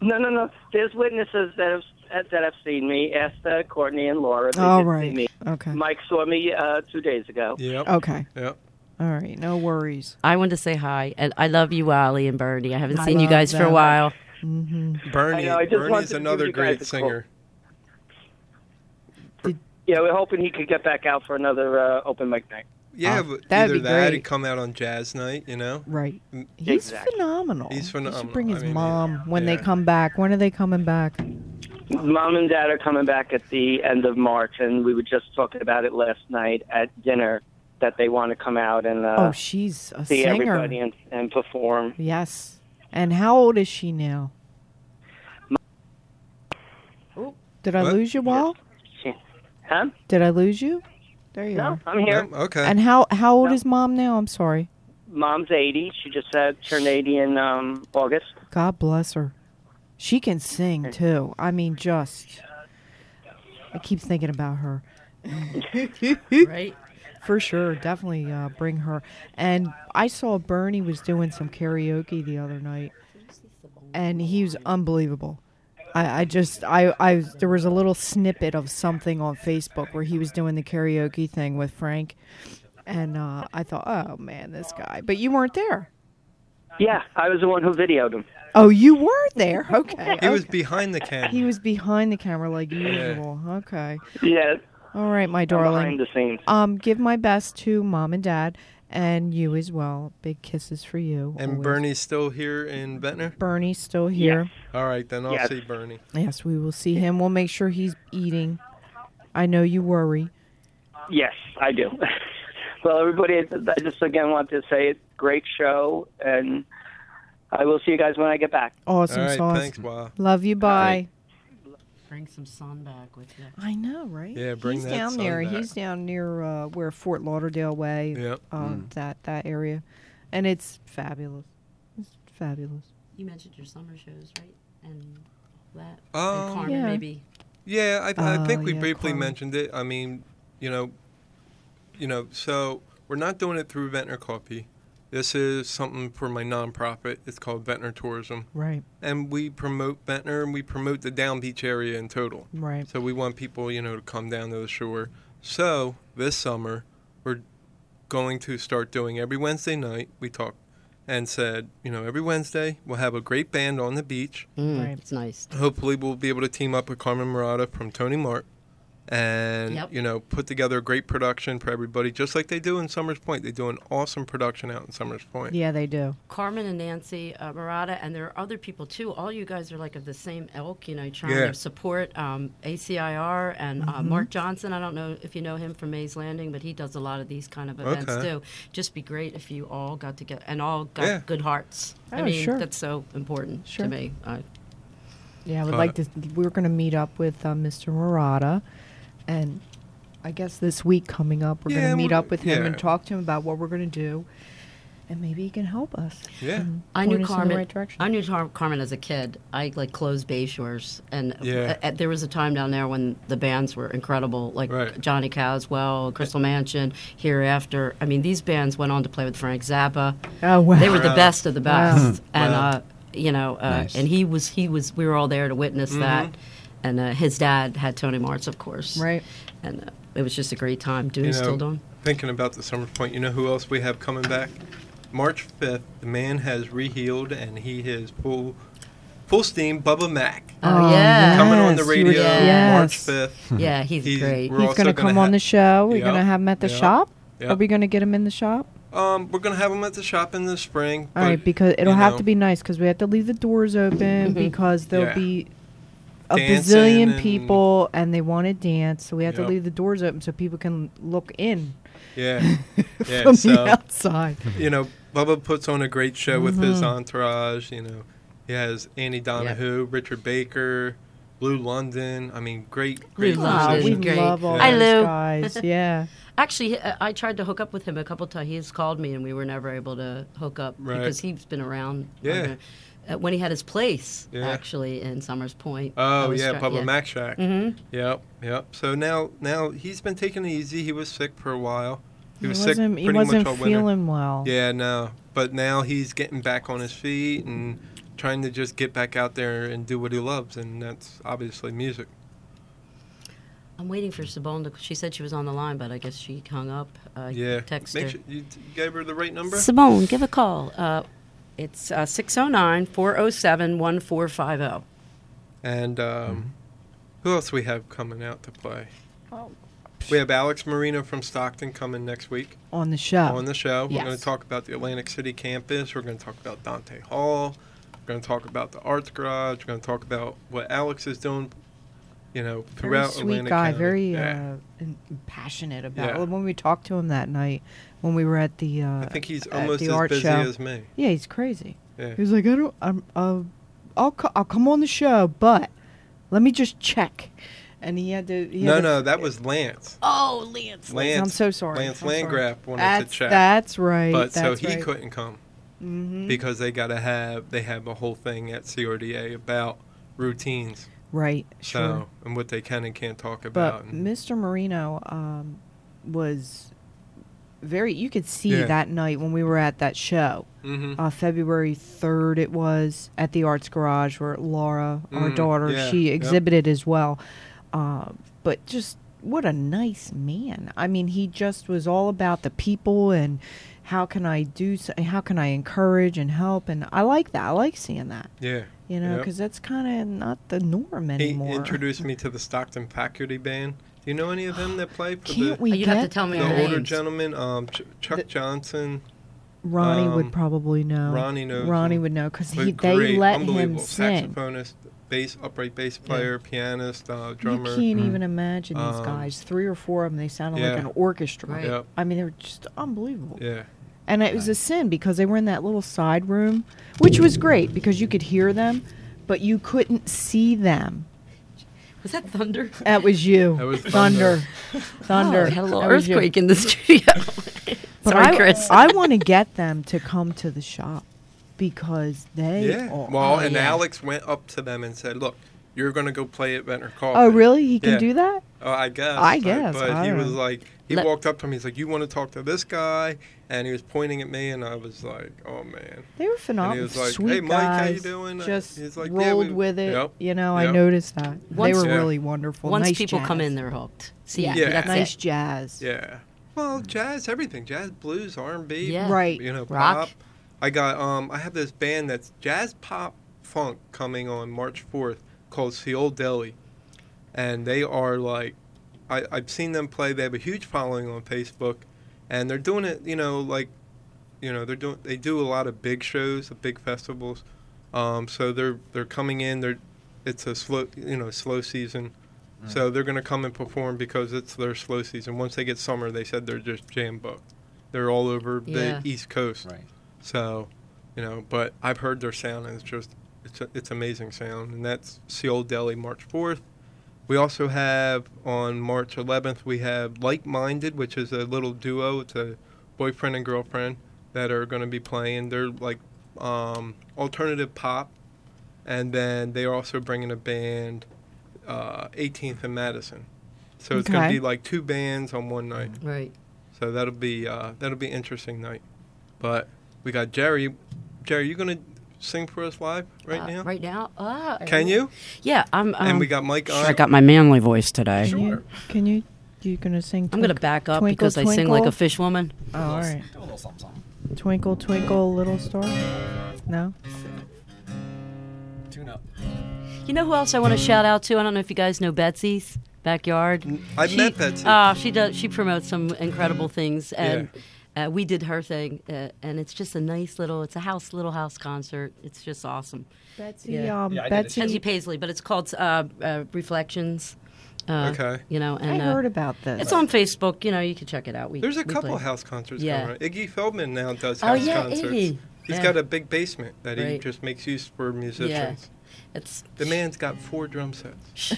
Speaker 21: No, no, no. There's witnesses that have that have seen me. Esther, Courtney, and Laura. They
Speaker 16: All
Speaker 21: did
Speaker 16: right.
Speaker 21: See me.
Speaker 16: Okay.
Speaker 21: Mike saw me uh, two days ago.
Speaker 15: Yep.
Speaker 16: Okay.
Speaker 15: Yep.
Speaker 16: All right. No worries.
Speaker 17: I wanted to say hi, and I love you, Wally and Bernie. I haven't
Speaker 16: I
Speaker 17: seen you
Speaker 16: love
Speaker 17: guys for a
Speaker 16: them.
Speaker 17: while.
Speaker 15: Bernie.
Speaker 21: I know, I
Speaker 15: Bernie's
Speaker 21: just wanted to give
Speaker 15: another
Speaker 21: you guys
Speaker 15: great
Speaker 21: a
Speaker 15: singer.
Speaker 21: Yeah, we're hoping he could get back out for another uh, open mic night.
Speaker 15: Yeah, but
Speaker 16: that'd
Speaker 15: either
Speaker 16: be
Speaker 15: that,
Speaker 16: great.
Speaker 15: he'd come out on jazz night. You know.
Speaker 16: Right.
Speaker 15: Mm,
Speaker 16: He's phenomenal.
Speaker 15: He's phenomenal.
Speaker 16: You should bring his
Speaker 15: I mean,
Speaker 16: mom when they come back. When are they coming back?
Speaker 21: Mom and Dad are coming back at the end of March, and we were just talking about it last night at dinner that they want to come out and uh,
Speaker 16: oh, she's a
Speaker 21: see
Speaker 16: singer.
Speaker 21: everybody and, and perform.
Speaker 16: Yes. And how old is she now? Did I lose you, Wall?
Speaker 21: She, Huh?
Speaker 16: Did I lose you? There you
Speaker 21: no,
Speaker 16: are.
Speaker 21: I'm here.
Speaker 16: And how how old is mom now? I'm sorry.
Speaker 21: Mom's 80. She just had turned 80 in um, August.
Speaker 16: God bless her. She can sing too. I mean, just. I keep thinking about her.
Speaker 17: right.
Speaker 16: For sure, definitely uh, bring her. And I saw Bernie was doing some karaoke the other night, and he was unbelievable. I, I just I, I there was a little snippet of something on Facebook where he was doing the karaoke thing with Frank, and uh, I thought, oh man, this guy. But you weren't there.
Speaker 21: Yeah, I was the one who videoed him.
Speaker 16: Oh, you were there. Okay.
Speaker 15: He was
Speaker 16: okay.
Speaker 15: behind the camera.
Speaker 16: He was behind the camera like
Speaker 15: Yeah.
Speaker 16: usual. Okay.
Speaker 21: Yeah.
Speaker 16: All right, my
Speaker 21: I'm
Speaker 16: darling.
Speaker 21: behind the scenes.
Speaker 15: Oh,
Speaker 16: Um, give my best to mom and dad, and you as well. Big kisses for you.
Speaker 15: And
Speaker 16: always.
Speaker 15: Bernie's still here in Ventnor?
Speaker 16: Bernie's still here.
Speaker 15: All right, then I'll
Speaker 16: Yes.
Speaker 15: see Bernie.
Speaker 16: Yes, we will see him. We'll make sure he's eating. I know you worry.
Speaker 21: Yes, I do. well, everybody, I just again want to say it. Great show, and I will see you guys when I get back.
Speaker 16: Awesome sauce. Love you. Bye.
Speaker 17: Bring some sun back with you.
Speaker 16: I know, right?
Speaker 17: Yeah, bring
Speaker 16: he's
Speaker 17: that
Speaker 16: down
Speaker 17: sun
Speaker 16: there.
Speaker 17: back.
Speaker 16: He's down near uh, where Fort Lauderdale Way.
Speaker 17: Yep.
Speaker 16: Uh,
Speaker 17: Mm.
Speaker 16: That that area, and it's fabulous. It's fabulous.
Speaker 17: You mentioned your summer shows, right? And that.
Speaker 15: Um,
Speaker 17: and Carmen,
Speaker 15: Yeah.
Speaker 17: maybe.
Speaker 15: Yeah, I, I think
Speaker 16: Oh,
Speaker 15: we
Speaker 16: yeah,
Speaker 15: briefly
Speaker 16: Carmen.
Speaker 15: mentioned it. I mean, you know, you know, so we're not doing it through Ventnor Coffee. This is something for my nonprofit. It's called Ventnor Tourism.
Speaker 16: Right.
Speaker 15: And we promote Ventnor and we promote the Down Beach area in total.
Speaker 16: Right.
Speaker 15: So we want people, you know, to come down to the shore. So this summer, we're going to start doing every Wednesday night. We talk and said, you know, every Wednesday we'll have a great band on the beach.
Speaker 17: Mm, Right. it's nice.
Speaker 15: Hopefully, we'll be able to team up with Carmen Murata uh, from Tony Mart and
Speaker 17: Yep.
Speaker 15: you know put together a great production for everybody, just like they do in Summers Point. They do an awesome production out in Summers Point.
Speaker 16: Yeah, they do.
Speaker 17: Carmen and Nancy uh, Murata, and there are other people too. All you guys are like of the same ilk, you know, trying
Speaker 15: Yeah.
Speaker 17: to support um, ACIR and uh,
Speaker 16: Mhm.
Speaker 17: Mark Johnson. I don't know if you know him from Mays Landing, but he does a lot of these kind of events
Speaker 15: Okay.
Speaker 17: too. Just be great if you all got together and all got
Speaker 15: Yeah.
Speaker 17: good hearts. I
Speaker 16: Oh,
Speaker 17: mean,
Speaker 16: sure.
Speaker 17: that's so important
Speaker 16: Sure.
Speaker 17: to me. I,
Speaker 16: Yeah, I would
Speaker 17: Uh,
Speaker 16: like to. We're going to meet up with uh, Mr. Murata, and I guess this week coming up, we're going
Speaker 17: Yeah,
Speaker 16: to meet
Speaker 17: we're-
Speaker 16: up with him and
Speaker 17: yeah.
Speaker 16: talk to him about what we're going to do, and maybe he can help us. and
Speaker 17: I
Speaker 16: point
Speaker 17: knew
Speaker 16: us in the
Speaker 17: Carmen.
Speaker 16: right direction.
Speaker 17: I knew Tar- Carmen as a kid. I like closed Bay Shores, and
Speaker 16: Yeah.
Speaker 17: uh, uh, there was a time down there when the bands were incredible, like Johnny Caswell, Crystal Mansion, Hereafter. I mean, these bands went on to play with Frank Zappa.
Speaker 16: Oh, wow.
Speaker 17: They were the
Speaker 16: Wow.
Speaker 17: best of the
Speaker 16: Wow.
Speaker 17: best, and
Speaker 16: Wow.
Speaker 17: uh, you know, uh,
Speaker 16: Nice.
Speaker 17: and he was he was. We were all there to witness
Speaker 16: Mhm.
Speaker 17: that, and uh, his dad had Tony Martz, of course,
Speaker 16: Right.
Speaker 17: And uh, it was just a great time. Do
Speaker 15: You
Speaker 17: we
Speaker 15: know,
Speaker 17: still do?
Speaker 15: Thinking about the Summers Point, you know who else we have coming back? March 5th, the man has rehealed and he is full, full steam, Bubba Mack.
Speaker 17: Oh, Oh, yeah.
Speaker 15: Coming on the
Speaker 17: yes, you were-
Speaker 15: radio
Speaker 17: Yes.
Speaker 15: March 5th.
Speaker 17: Yeah, he's great.
Speaker 15: we're
Speaker 16: He's
Speaker 15: also
Speaker 16: going to
Speaker 15: gonna
Speaker 16: come on
Speaker 15: ha-
Speaker 16: the show. We're
Speaker 15: Yep,
Speaker 16: going to have him at the
Speaker 15: yep,
Speaker 16: shop. Are
Speaker 15: yep.
Speaker 16: we going to get him in the shop?
Speaker 15: Um, we're going to have him at the shop in the spring.
Speaker 16: All right, because it'll have to be nice because we have to leave the doors open because there'll
Speaker 15: Yeah.
Speaker 16: be a
Speaker 15: Dancing
Speaker 16: bazillion
Speaker 15: and-
Speaker 16: people and they want to dance, so we have
Speaker 15: Yep.
Speaker 16: to leave the doors open so people can look in.
Speaker 15: Yeah. yeah
Speaker 16: from
Speaker 15: so,
Speaker 16: the outside.
Speaker 15: You know, Bubba puts on a great show with his
Speaker 17: Mm-hmm.
Speaker 16: Mhm.
Speaker 15: entourage. You know, he has Annie Donahue, Richard Baker, Lou London. I mean, great, great
Speaker 17: London.
Speaker 15: musicians.
Speaker 17: Great.
Speaker 16: love all
Speaker 17: Hi,
Speaker 16: those
Speaker 17: Lou.
Speaker 16: guys. Yeah.
Speaker 17: Actually, uh, I I tried to hook up with him a couple times. He's called me, and we were never able to hook up
Speaker 15: Right.
Speaker 17: because he's been around.
Speaker 15: Yeah.
Speaker 17: uh, when he had his place,
Speaker 15: Yeah.
Speaker 17: actually, in Summers Point. I
Speaker 15: Oh
Speaker 17: was
Speaker 15: yeah,
Speaker 17: try-
Speaker 15: Bubba Mack Shack.
Speaker 17: Mhm.
Speaker 15: Yep, yep. So now, now he's been taking it easy. He was sick for a while. He
Speaker 16: He
Speaker 15: was sick
Speaker 16: wasn't-
Speaker 15: pretty
Speaker 16: he wasn't
Speaker 15: much all winter.
Speaker 16: feeling well.
Speaker 15: Yeah, no. But now he's getting back on his feet and trying to just get back out there and do what he loves, and that's obviously music.
Speaker 17: I'm waiting for Sabone to. She said she was on the line, but I guess she hung up. I
Speaker 15: yeah.
Speaker 17: Text
Speaker 15: Make
Speaker 17: her.
Speaker 15: sure you t- gave her the right number.
Speaker 17: Sabone, give a call. Uh, it's uh, 609 407 1450.
Speaker 15: And um, who else we have coming out to play? We have Alex Marino from Stockton coming next week.
Speaker 16: On the show.
Speaker 15: On the show. We're
Speaker 16: Yes.
Speaker 15: going to talk about the Atlantic City campus. We're going to talk about Dante Hall. We're going to talk about the Arts Garage. We're going to talk about what Alex is doing, you know,
Speaker 16: Very
Speaker 15: throughout
Speaker 16: sweet
Speaker 15: Atlantic
Speaker 16: guy,
Speaker 15: County.
Speaker 16: very
Speaker 15: Yeah.
Speaker 16: uh, in- passionate about.
Speaker 15: Yeah.
Speaker 16: well, When we talked to him that night, when we were at the, uh,
Speaker 15: I think he's
Speaker 16: at
Speaker 15: almost
Speaker 16: the
Speaker 15: as
Speaker 16: art
Speaker 15: busy
Speaker 16: show.
Speaker 15: as me.
Speaker 16: Yeah, he's crazy.
Speaker 15: Yeah.
Speaker 16: He was like, I don't, I'm, uh, I'll, co- I'll come on the show, but let me just check. and he had to. He
Speaker 15: No,
Speaker 16: had
Speaker 15: no, that was Lance.
Speaker 16: Oh, Lance.
Speaker 15: Lance.
Speaker 16: I'm so sorry.
Speaker 15: Lance
Speaker 16: I'm sorry.
Speaker 15: Landgraf wanted
Speaker 16: That's-
Speaker 15: to chat.
Speaker 16: that's right,
Speaker 15: But so
Speaker 16: that's
Speaker 15: he
Speaker 16: right.
Speaker 15: couldn't come
Speaker 16: Mhm.
Speaker 15: because they got to have they have a whole thing at CRDA about routines.
Speaker 16: Right, sure.
Speaker 15: So and what they can and can't talk about.
Speaker 16: But
Speaker 15: and-
Speaker 16: Mr. Marino um, was very. You could see
Speaker 15: Yeah.
Speaker 16: that night when we were at that show,
Speaker 15: Mhm.
Speaker 16: uh, February third. It was at the Arts Garage where Laura, our
Speaker 3: Mm,
Speaker 16: daughter,
Speaker 3: yeah,
Speaker 16: she
Speaker 3: yep.
Speaker 16: exhibited as well. Uh, but just what a nice man. I mean, he just was all about the people and how can I do? So, how can I encourage and help? And I like that. I like seeing that.
Speaker 15: Yeah,
Speaker 16: You know,
Speaker 15: yep.
Speaker 16: because that's kind of not the norm
Speaker 15: he
Speaker 16: anymore.
Speaker 15: introduced me to the Stockton faculty band. Do you know any of them that play for
Speaker 16: Can't
Speaker 15: the?
Speaker 16: we You'd have to get tell me
Speaker 15: the
Speaker 16: their
Speaker 15: older
Speaker 16: names.
Speaker 15: gentleman, um, Ch- Chuck Johnson.
Speaker 16: Ronnie
Speaker 15: um,
Speaker 16: would probably know.
Speaker 15: Ronnie knows.
Speaker 16: Ronnie
Speaker 15: him.
Speaker 16: would know because
Speaker 15: But
Speaker 16: he they
Speaker 15: great,
Speaker 16: let him
Speaker 15: unbelievable.
Speaker 16: sing.
Speaker 15: Saxophonist, bass, upright bass player, pianist, uh,
Speaker 16: You
Speaker 15: drummer.
Speaker 16: can't even imagine these
Speaker 15: Um,
Speaker 16: guys. Three or four of them, they sounded like
Speaker 15: yeah.
Speaker 16: an orchestra.
Speaker 15: Right. Yep.
Speaker 16: I mean, they were just unbelievable.
Speaker 15: Yeah.
Speaker 16: And it was a sin because they were in that little side room, which was great because you could hear them, but you couldn't see them.
Speaker 17: Was that thunder?
Speaker 16: That was you.
Speaker 17: That was
Speaker 16: thunder.
Speaker 17: thunder.
Speaker 16: Thunder.
Speaker 17: Oh, I had a little
Speaker 16: That was you.
Speaker 17: earthquake in the studio.
Speaker 16: But
Speaker 17: Sorry,
Speaker 16: I,
Speaker 17: Chris.
Speaker 16: I want to get them to come to the shop because they
Speaker 15: Yeah.
Speaker 16: are.
Speaker 15: Well,
Speaker 16: oh,
Speaker 15: and
Speaker 16: yeah.
Speaker 15: Alex went up to them and said, "Look, you're going to go play at Ventnor Coffee."
Speaker 16: Oh, really? He can
Speaker 15: Yeah.
Speaker 16: do that?
Speaker 15: Oh, I guess.
Speaker 16: I
Speaker 15: but-
Speaker 16: guess.
Speaker 15: But
Speaker 16: I
Speaker 15: he
Speaker 16: don't
Speaker 15: was
Speaker 16: know.
Speaker 15: like, he
Speaker 16: Let-
Speaker 15: walked up to me. He's like, "You want to talk to this guy?" And he was pointing at me, and I was like, "Oh man."
Speaker 16: They were
Speaker 15: And he
Speaker 16: phenomenal.
Speaker 15: was like,
Speaker 16: Sweet
Speaker 15: "Hey, Mike,
Speaker 16: guys.
Speaker 15: how you doing?" Uh,
Speaker 16: Just
Speaker 15: he's like, "Yeah,
Speaker 16: rolled
Speaker 15: we-
Speaker 16: with it.
Speaker 15: Yep,
Speaker 16: You know, I
Speaker 15: yep."
Speaker 16: noticed that.
Speaker 17: Once-
Speaker 16: they were
Speaker 17: Yeah.
Speaker 16: really wonderful.
Speaker 17: Once
Speaker 16: nice
Speaker 17: people
Speaker 16: jazz.
Speaker 17: come in, they're hooked. See,
Speaker 16: yeah,
Speaker 17: that's
Speaker 16: nice
Speaker 17: it.
Speaker 16: jazz.
Speaker 15: Yeah. Well, jazz, everything, jazz, blues, R and B,
Speaker 16: Yeah. Right.
Speaker 15: You know,
Speaker 16: Rock.
Speaker 15: pop. I got um, I have this band that's jazz pop funk coming on March fourth called Seoul Deli, and they are like, I I've seen them play. They have a huge following on Facebook, and they're doing it. You know, like, you know, they're doing they do a lot of big shows, the big festivals. Um, so they're they're coming in. They're it's a slow you know slow season. So they're going to come and perform because it's their slow season. Once they get summer, they said they're just jam booked. They're all over
Speaker 18: Yeah.
Speaker 15: the East Coast.
Speaker 18: Right.
Speaker 15: So, you know, but I've heard their sound and it's just it's a, it's amazing sound. And that's Seoul Deli March 4th. We also have on March 11th we have Like Minded, which is a little duo. It's a boyfriend and girlfriend that are going to be playing. They're like um, alternative pop, and then they are also bringing a band, uh, 18th and Madison. So it's going
Speaker 17: Okay.
Speaker 15: to be like two bands on one night.
Speaker 17: Right.
Speaker 15: So that'll be uh, that'll be interesting night. But we got Jerry. Jerry, you going to sing for us live right
Speaker 17: Uh,
Speaker 15: now?
Speaker 17: Right now? Ah, I
Speaker 15: Can
Speaker 17: will.
Speaker 15: you?
Speaker 17: Yeah, I'm.
Speaker 15: and we
Speaker 17: um,
Speaker 15: got Mike.
Speaker 17: sure.
Speaker 15: on.
Speaker 17: I got my manly voice today.
Speaker 16: Can you? Can you? You gonna sing?
Speaker 17: I'm gonna
Speaker 16: Twink-
Speaker 17: back up
Speaker 16: Twinkle,
Speaker 17: because I sing like a
Speaker 16: Twinkle?
Speaker 17: fish woman.
Speaker 16: Oh, all right. Twinkle, twinkle, little star. No.
Speaker 18: Tune up.
Speaker 17: You know who else I want to shout out to? I don't know if you guys know Betsy's backyard.
Speaker 15: I
Speaker 17: she,
Speaker 15: met Betsy.
Speaker 17: Uh, she does. She promotes some incredible things, and uh, we did her thing, uh, and it's just a nice little. It's a house, little house concert. It's just awesome.
Speaker 16: Betsy, um, Yeah, I did it.
Speaker 17: Betsy,
Speaker 16: Betsy-
Speaker 17: Paisley, but it's called uh, uh, Reflections. Uh,
Speaker 15: Okay.
Speaker 17: You know, and
Speaker 15: I
Speaker 17: uh,
Speaker 15: heard about this.
Speaker 17: It's on Facebook. You know, you can check it out. We,
Speaker 15: There's a
Speaker 17: we
Speaker 15: couple
Speaker 17: play.
Speaker 15: house concerts
Speaker 17: Yeah.
Speaker 15: coming. Around. Iggy Feldman now does
Speaker 17: Oh,
Speaker 15: house
Speaker 17: yeah,
Speaker 15: concerts. He's
Speaker 17: Iggy. Yeah.
Speaker 15: got a big basement that he
Speaker 17: Right.
Speaker 15: just makes use for musicians.
Speaker 17: It's
Speaker 15: the man's got four drum sets.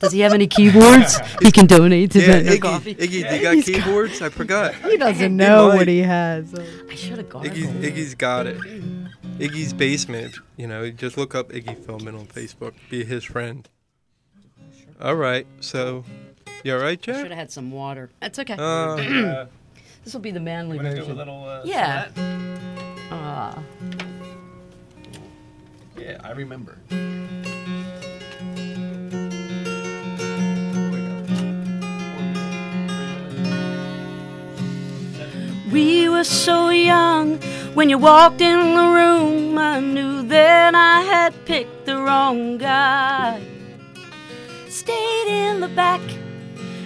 Speaker 17: Does he have any keyboards? you can donate to
Speaker 15: yeah,
Speaker 17: Ventnor
Speaker 15: Iggy,
Speaker 17: Coffee.
Speaker 15: Iggy, do you got
Speaker 17: He's
Speaker 15: keyboards? I forgot.
Speaker 16: He doesn't know
Speaker 15: might.
Speaker 16: what he has.
Speaker 17: I should have
Speaker 15: Iggy, Iggy's got it. Iggy's basement. You know, just look up Iggy Feldman on Facebook. Be his friend. All right. So, you all right,
Speaker 17: I
Speaker 15: Jack?
Speaker 17: should have had some water. That's okay.
Speaker 15: Oh, yeah.
Speaker 17: this will be the manly
Speaker 15: Wanna do a
Speaker 17: version.
Speaker 18: little, uh,
Speaker 17: yeah. Ah.
Speaker 18: Yeah, I remember.
Speaker 19: We were so young when you walked in the room. I knew then I had picked the wrong guy. Stayed in the back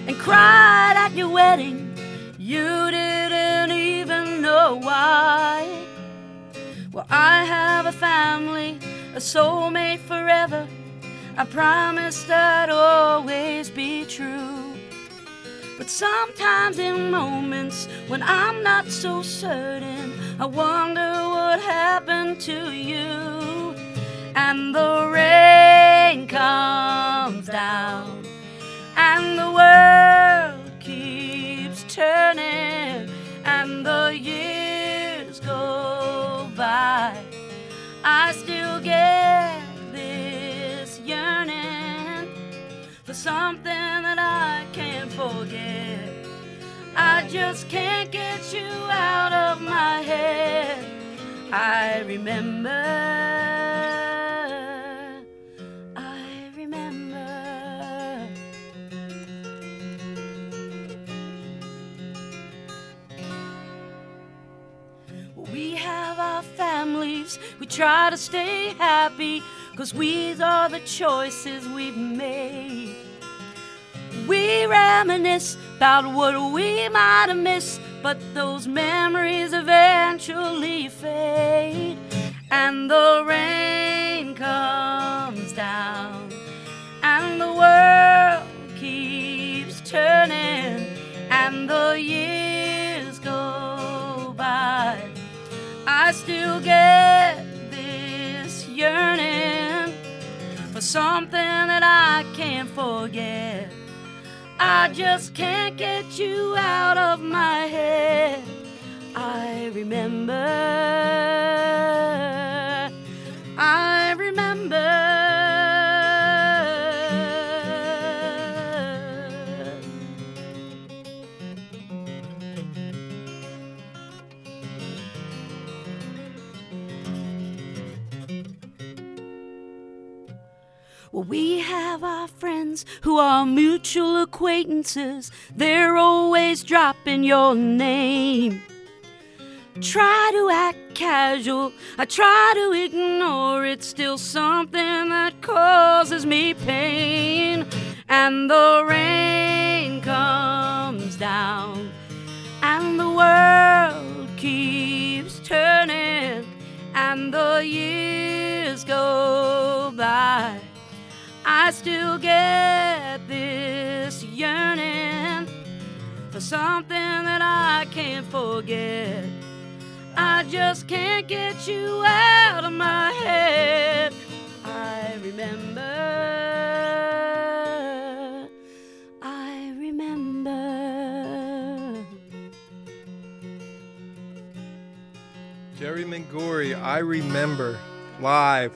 Speaker 19: and cried at your wedding. You didn't even know why. Well, I have a family, a soulmate forever. I promised I'd always be true. But sometimes in moments when I'm not so certain, I wonder what happened to you. And the rain comes down for something that I can't forget. I just can't get you out of my head. I remember. I remember. We have our families. We try to stay happy. Cause we are the choices we've made. We reminisce about what we might have missed, but those memories eventually fade. And the rain comes down, and the world keeps turning, and the years go by. I still get this yearning for something that I can't forget. I just can't get you out of my head. I remember. I remember. Well, we have our friends who are mutual acquaintances. They're always dropping your name. Try to act casual, I try to ignore it's still something that causes me pain. And the rain comes down, and the world keeps turning, and the years go by. I still get this yearning for something that I can't forget. I just can't get you out of my head. I remember. I remember.
Speaker 15: Jerry Mangori, I remember live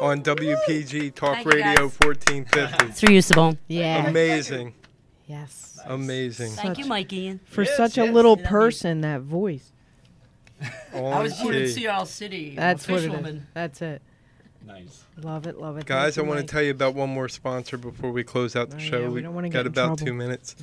Speaker 15: on WPG Talk
Speaker 17: Thank you,
Speaker 15: Radio
Speaker 17: guys.
Speaker 15: 1450.
Speaker 17: It's reusable. Yeah.
Speaker 15: Amazing.
Speaker 16: Yes.
Speaker 15: Amazing.
Speaker 17: Thank you, Mike Ian.
Speaker 16: For
Speaker 17: Yes,
Speaker 16: such a
Speaker 17: yes,
Speaker 16: little
Speaker 17: love you.
Speaker 16: person, that voice.
Speaker 17: I was born in Seattle City.
Speaker 16: That's
Speaker 17: a
Speaker 16: what it is.
Speaker 17: fishwoman.
Speaker 16: That's it.
Speaker 18: Nice.
Speaker 16: Love it. Love it.
Speaker 15: Guys, I
Speaker 16: Thank you,
Speaker 15: want to
Speaker 16: Mike.
Speaker 15: tell you about one more sponsor before we close out the
Speaker 16: Oh,
Speaker 15: show.
Speaker 16: yeah, we
Speaker 15: We've
Speaker 16: don't wanna
Speaker 15: got
Speaker 16: get in
Speaker 15: about
Speaker 16: trouble.
Speaker 15: two minutes.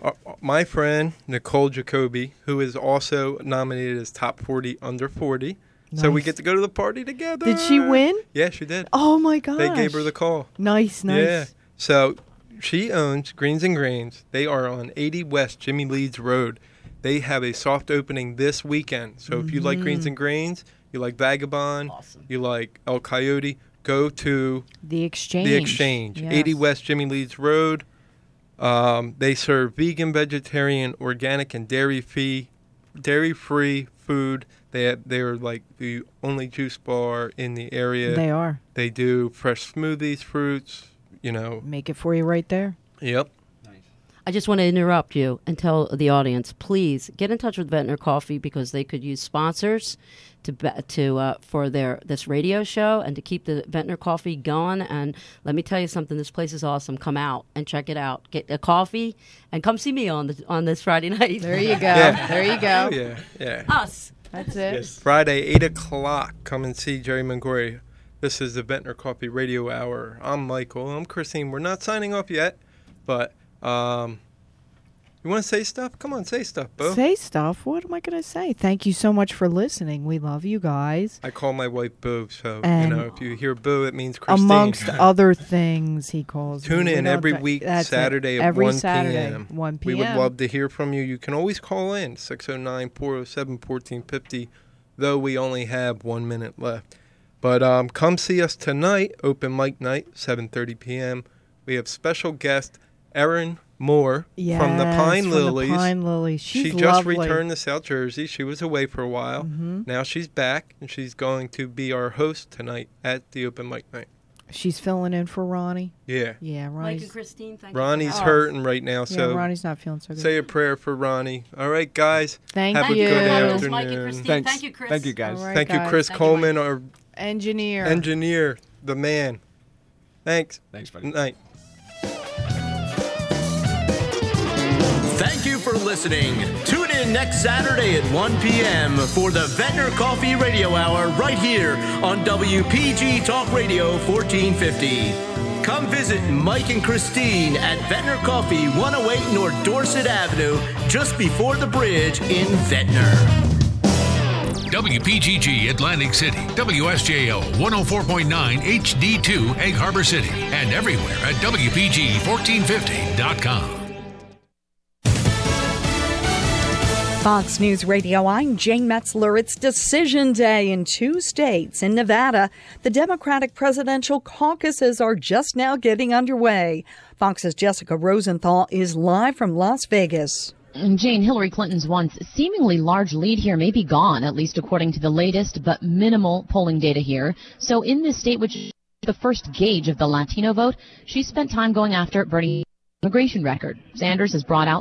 Speaker 15: Uh, uh, my friend Nicole Jacoby, who is also nominated as top forty under forty, so we
Speaker 16: Nice.
Speaker 15: get to go to the party together.
Speaker 16: Did she win?
Speaker 15: Yeah, she did.
Speaker 16: Oh my gosh.
Speaker 15: They gave her the call.
Speaker 16: Nice, nice.
Speaker 15: Yeah. So she owns Greens and Grains. They are on 80 West Jimmy Leeds Road. They have a soft opening this weekend. So if you like Greens
Speaker 16: Mhm.
Speaker 15: and Grains, you like Vagabond, you like El Coyote, go to
Speaker 16: The Exchange.
Speaker 15: The Exchange,
Speaker 16: Yes.
Speaker 15: 80 West Jimmy Leeds Road. Um, they serve vegan, vegetarian, organic, and dairy free, dairy free food. They have, they are like the only juice bar in the area.
Speaker 16: They are.
Speaker 15: They do fresh smoothies, fruits. You know.
Speaker 16: Make it for you right there.
Speaker 15: Yep.
Speaker 17: I just want to interrupt you and tell the audience, please get in touch with Ventnor Coffee because they could use sponsors to be- to uh, for their this radio show and to keep the Ventnor Coffee going. And let me tell you something: this place is awesome. Come out and check it out. Get a coffee and come see me on the on this Friday night.
Speaker 16: There you go.
Speaker 15: Yeah.
Speaker 16: There you go.
Speaker 15: Oh, yeah. Yeah.
Speaker 17: Us.
Speaker 16: That's it.
Speaker 15: Friday, 8 o'clock. Come and see Jerry Mangori. This is the Ventnor Coffee Radio Hour. I'm Michael. I'm Christine. We're not signing off yet, but um, you want to say stuff? Come on, say stuff, Bo.
Speaker 16: Say stuff. What am I going to say? Thank you so much for listening. We love you guys.
Speaker 15: I call my wife Boo, so
Speaker 16: And-
Speaker 15: you know if you hear Boo, it means Christine.
Speaker 16: Amongst other things, he calls. me.
Speaker 15: Tune
Speaker 16: We
Speaker 15: in
Speaker 16: don't
Speaker 15: every
Speaker 16: th-
Speaker 15: week,
Speaker 16: that's it.
Speaker 15: Saturday at
Speaker 16: every
Speaker 15: 1
Speaker 16: Saturday,
Speaker 15: p.m.
Speaker 16: 1 p.m.
Speaker 15: We would love to hear from you. You can always call in 609 407 1450, though we only have one minute left. But um, come see us tonight, open mic night, 7.30 p.m. We have special guest Erin Moore from the
Speaker 16: Yes,
Speaker 15: Pine
Speaker 16: from the
Speaker 15: Lilies.
Speaker 16: Pine Lilies.
Speaker 15: she
Speaker 16: She's
Speaker 15: just
Speaker 16: lovely.
Speaker 15: returned to South Jersey. She was away for a while.
Speaker 16: Mhm.
Speaker 15: Now she's back, and she's going to be our host tonight at the open mic night.
Speaker 16: She's filling in for Ronnie.
Speaker 15: Yeah.
Speaker 16: Yeah,
Speaker 17: Mike
Speaker 16: Ronnie's Oh.
Speaker 17: and Christine, thank you.
Speaker 15: Ronnie's
Speaker 17: for-
Speaker 15: hurting right now, so
Speaker 16: yeah, Ronnie's not feeling so good.
Speaker 15: Say a prayer for Ronnie. All right, guys.
Speaker 16: Thank
Speaker 15: have
Speaker 16: you.
Speaker 15: a good
Speaker 16: Thank you,
Speaker 15: afternoon.
Speaker 16: Mike and Christine. Thanks. Thank you, Chris. Thank you, guys. All right,
Speaker 15: Thank you,
Speaker 16: guys.
Speaker 15: Chris
Speaker 16: Thank you,
Speaker 15: Coleman, our
Speaker 16: engineer.
Speaker 15: engineer, the man. Thanks. Thanks, buddy. Night.
Speaker 14: Thank you for listening. Tune in next Saturday at 1 p.m. for the Ventnor Coffee Radio Hour right here on WPG Talk Radio 1450. Come visit Mike and Christine at Ventnor Coffee 108 North Dorset Avenue, just before the bridge in Ventnor.
Speaker 3: WPGG Atlantic City, WSJO 104.9 HD2 Egg Harbor City, and everywhere at WPG1450.com.
Speaker 2: Fox News Radio, I'm Jane Metzler. It's decision day in two states. In Nevada, the Democratic presidential caucuses are just now getting underway. Fox's Jessica Rosenthal is live from Las Vegas.
Speaker 6: And Jane, Hillary Clinton's once seemingly large lead here may be gone, at least according to the latest but minimal polling data here. So in this state, which is the first gauge of the Latino vote, she spent time going after Bernie immigration record. Sanders has brought out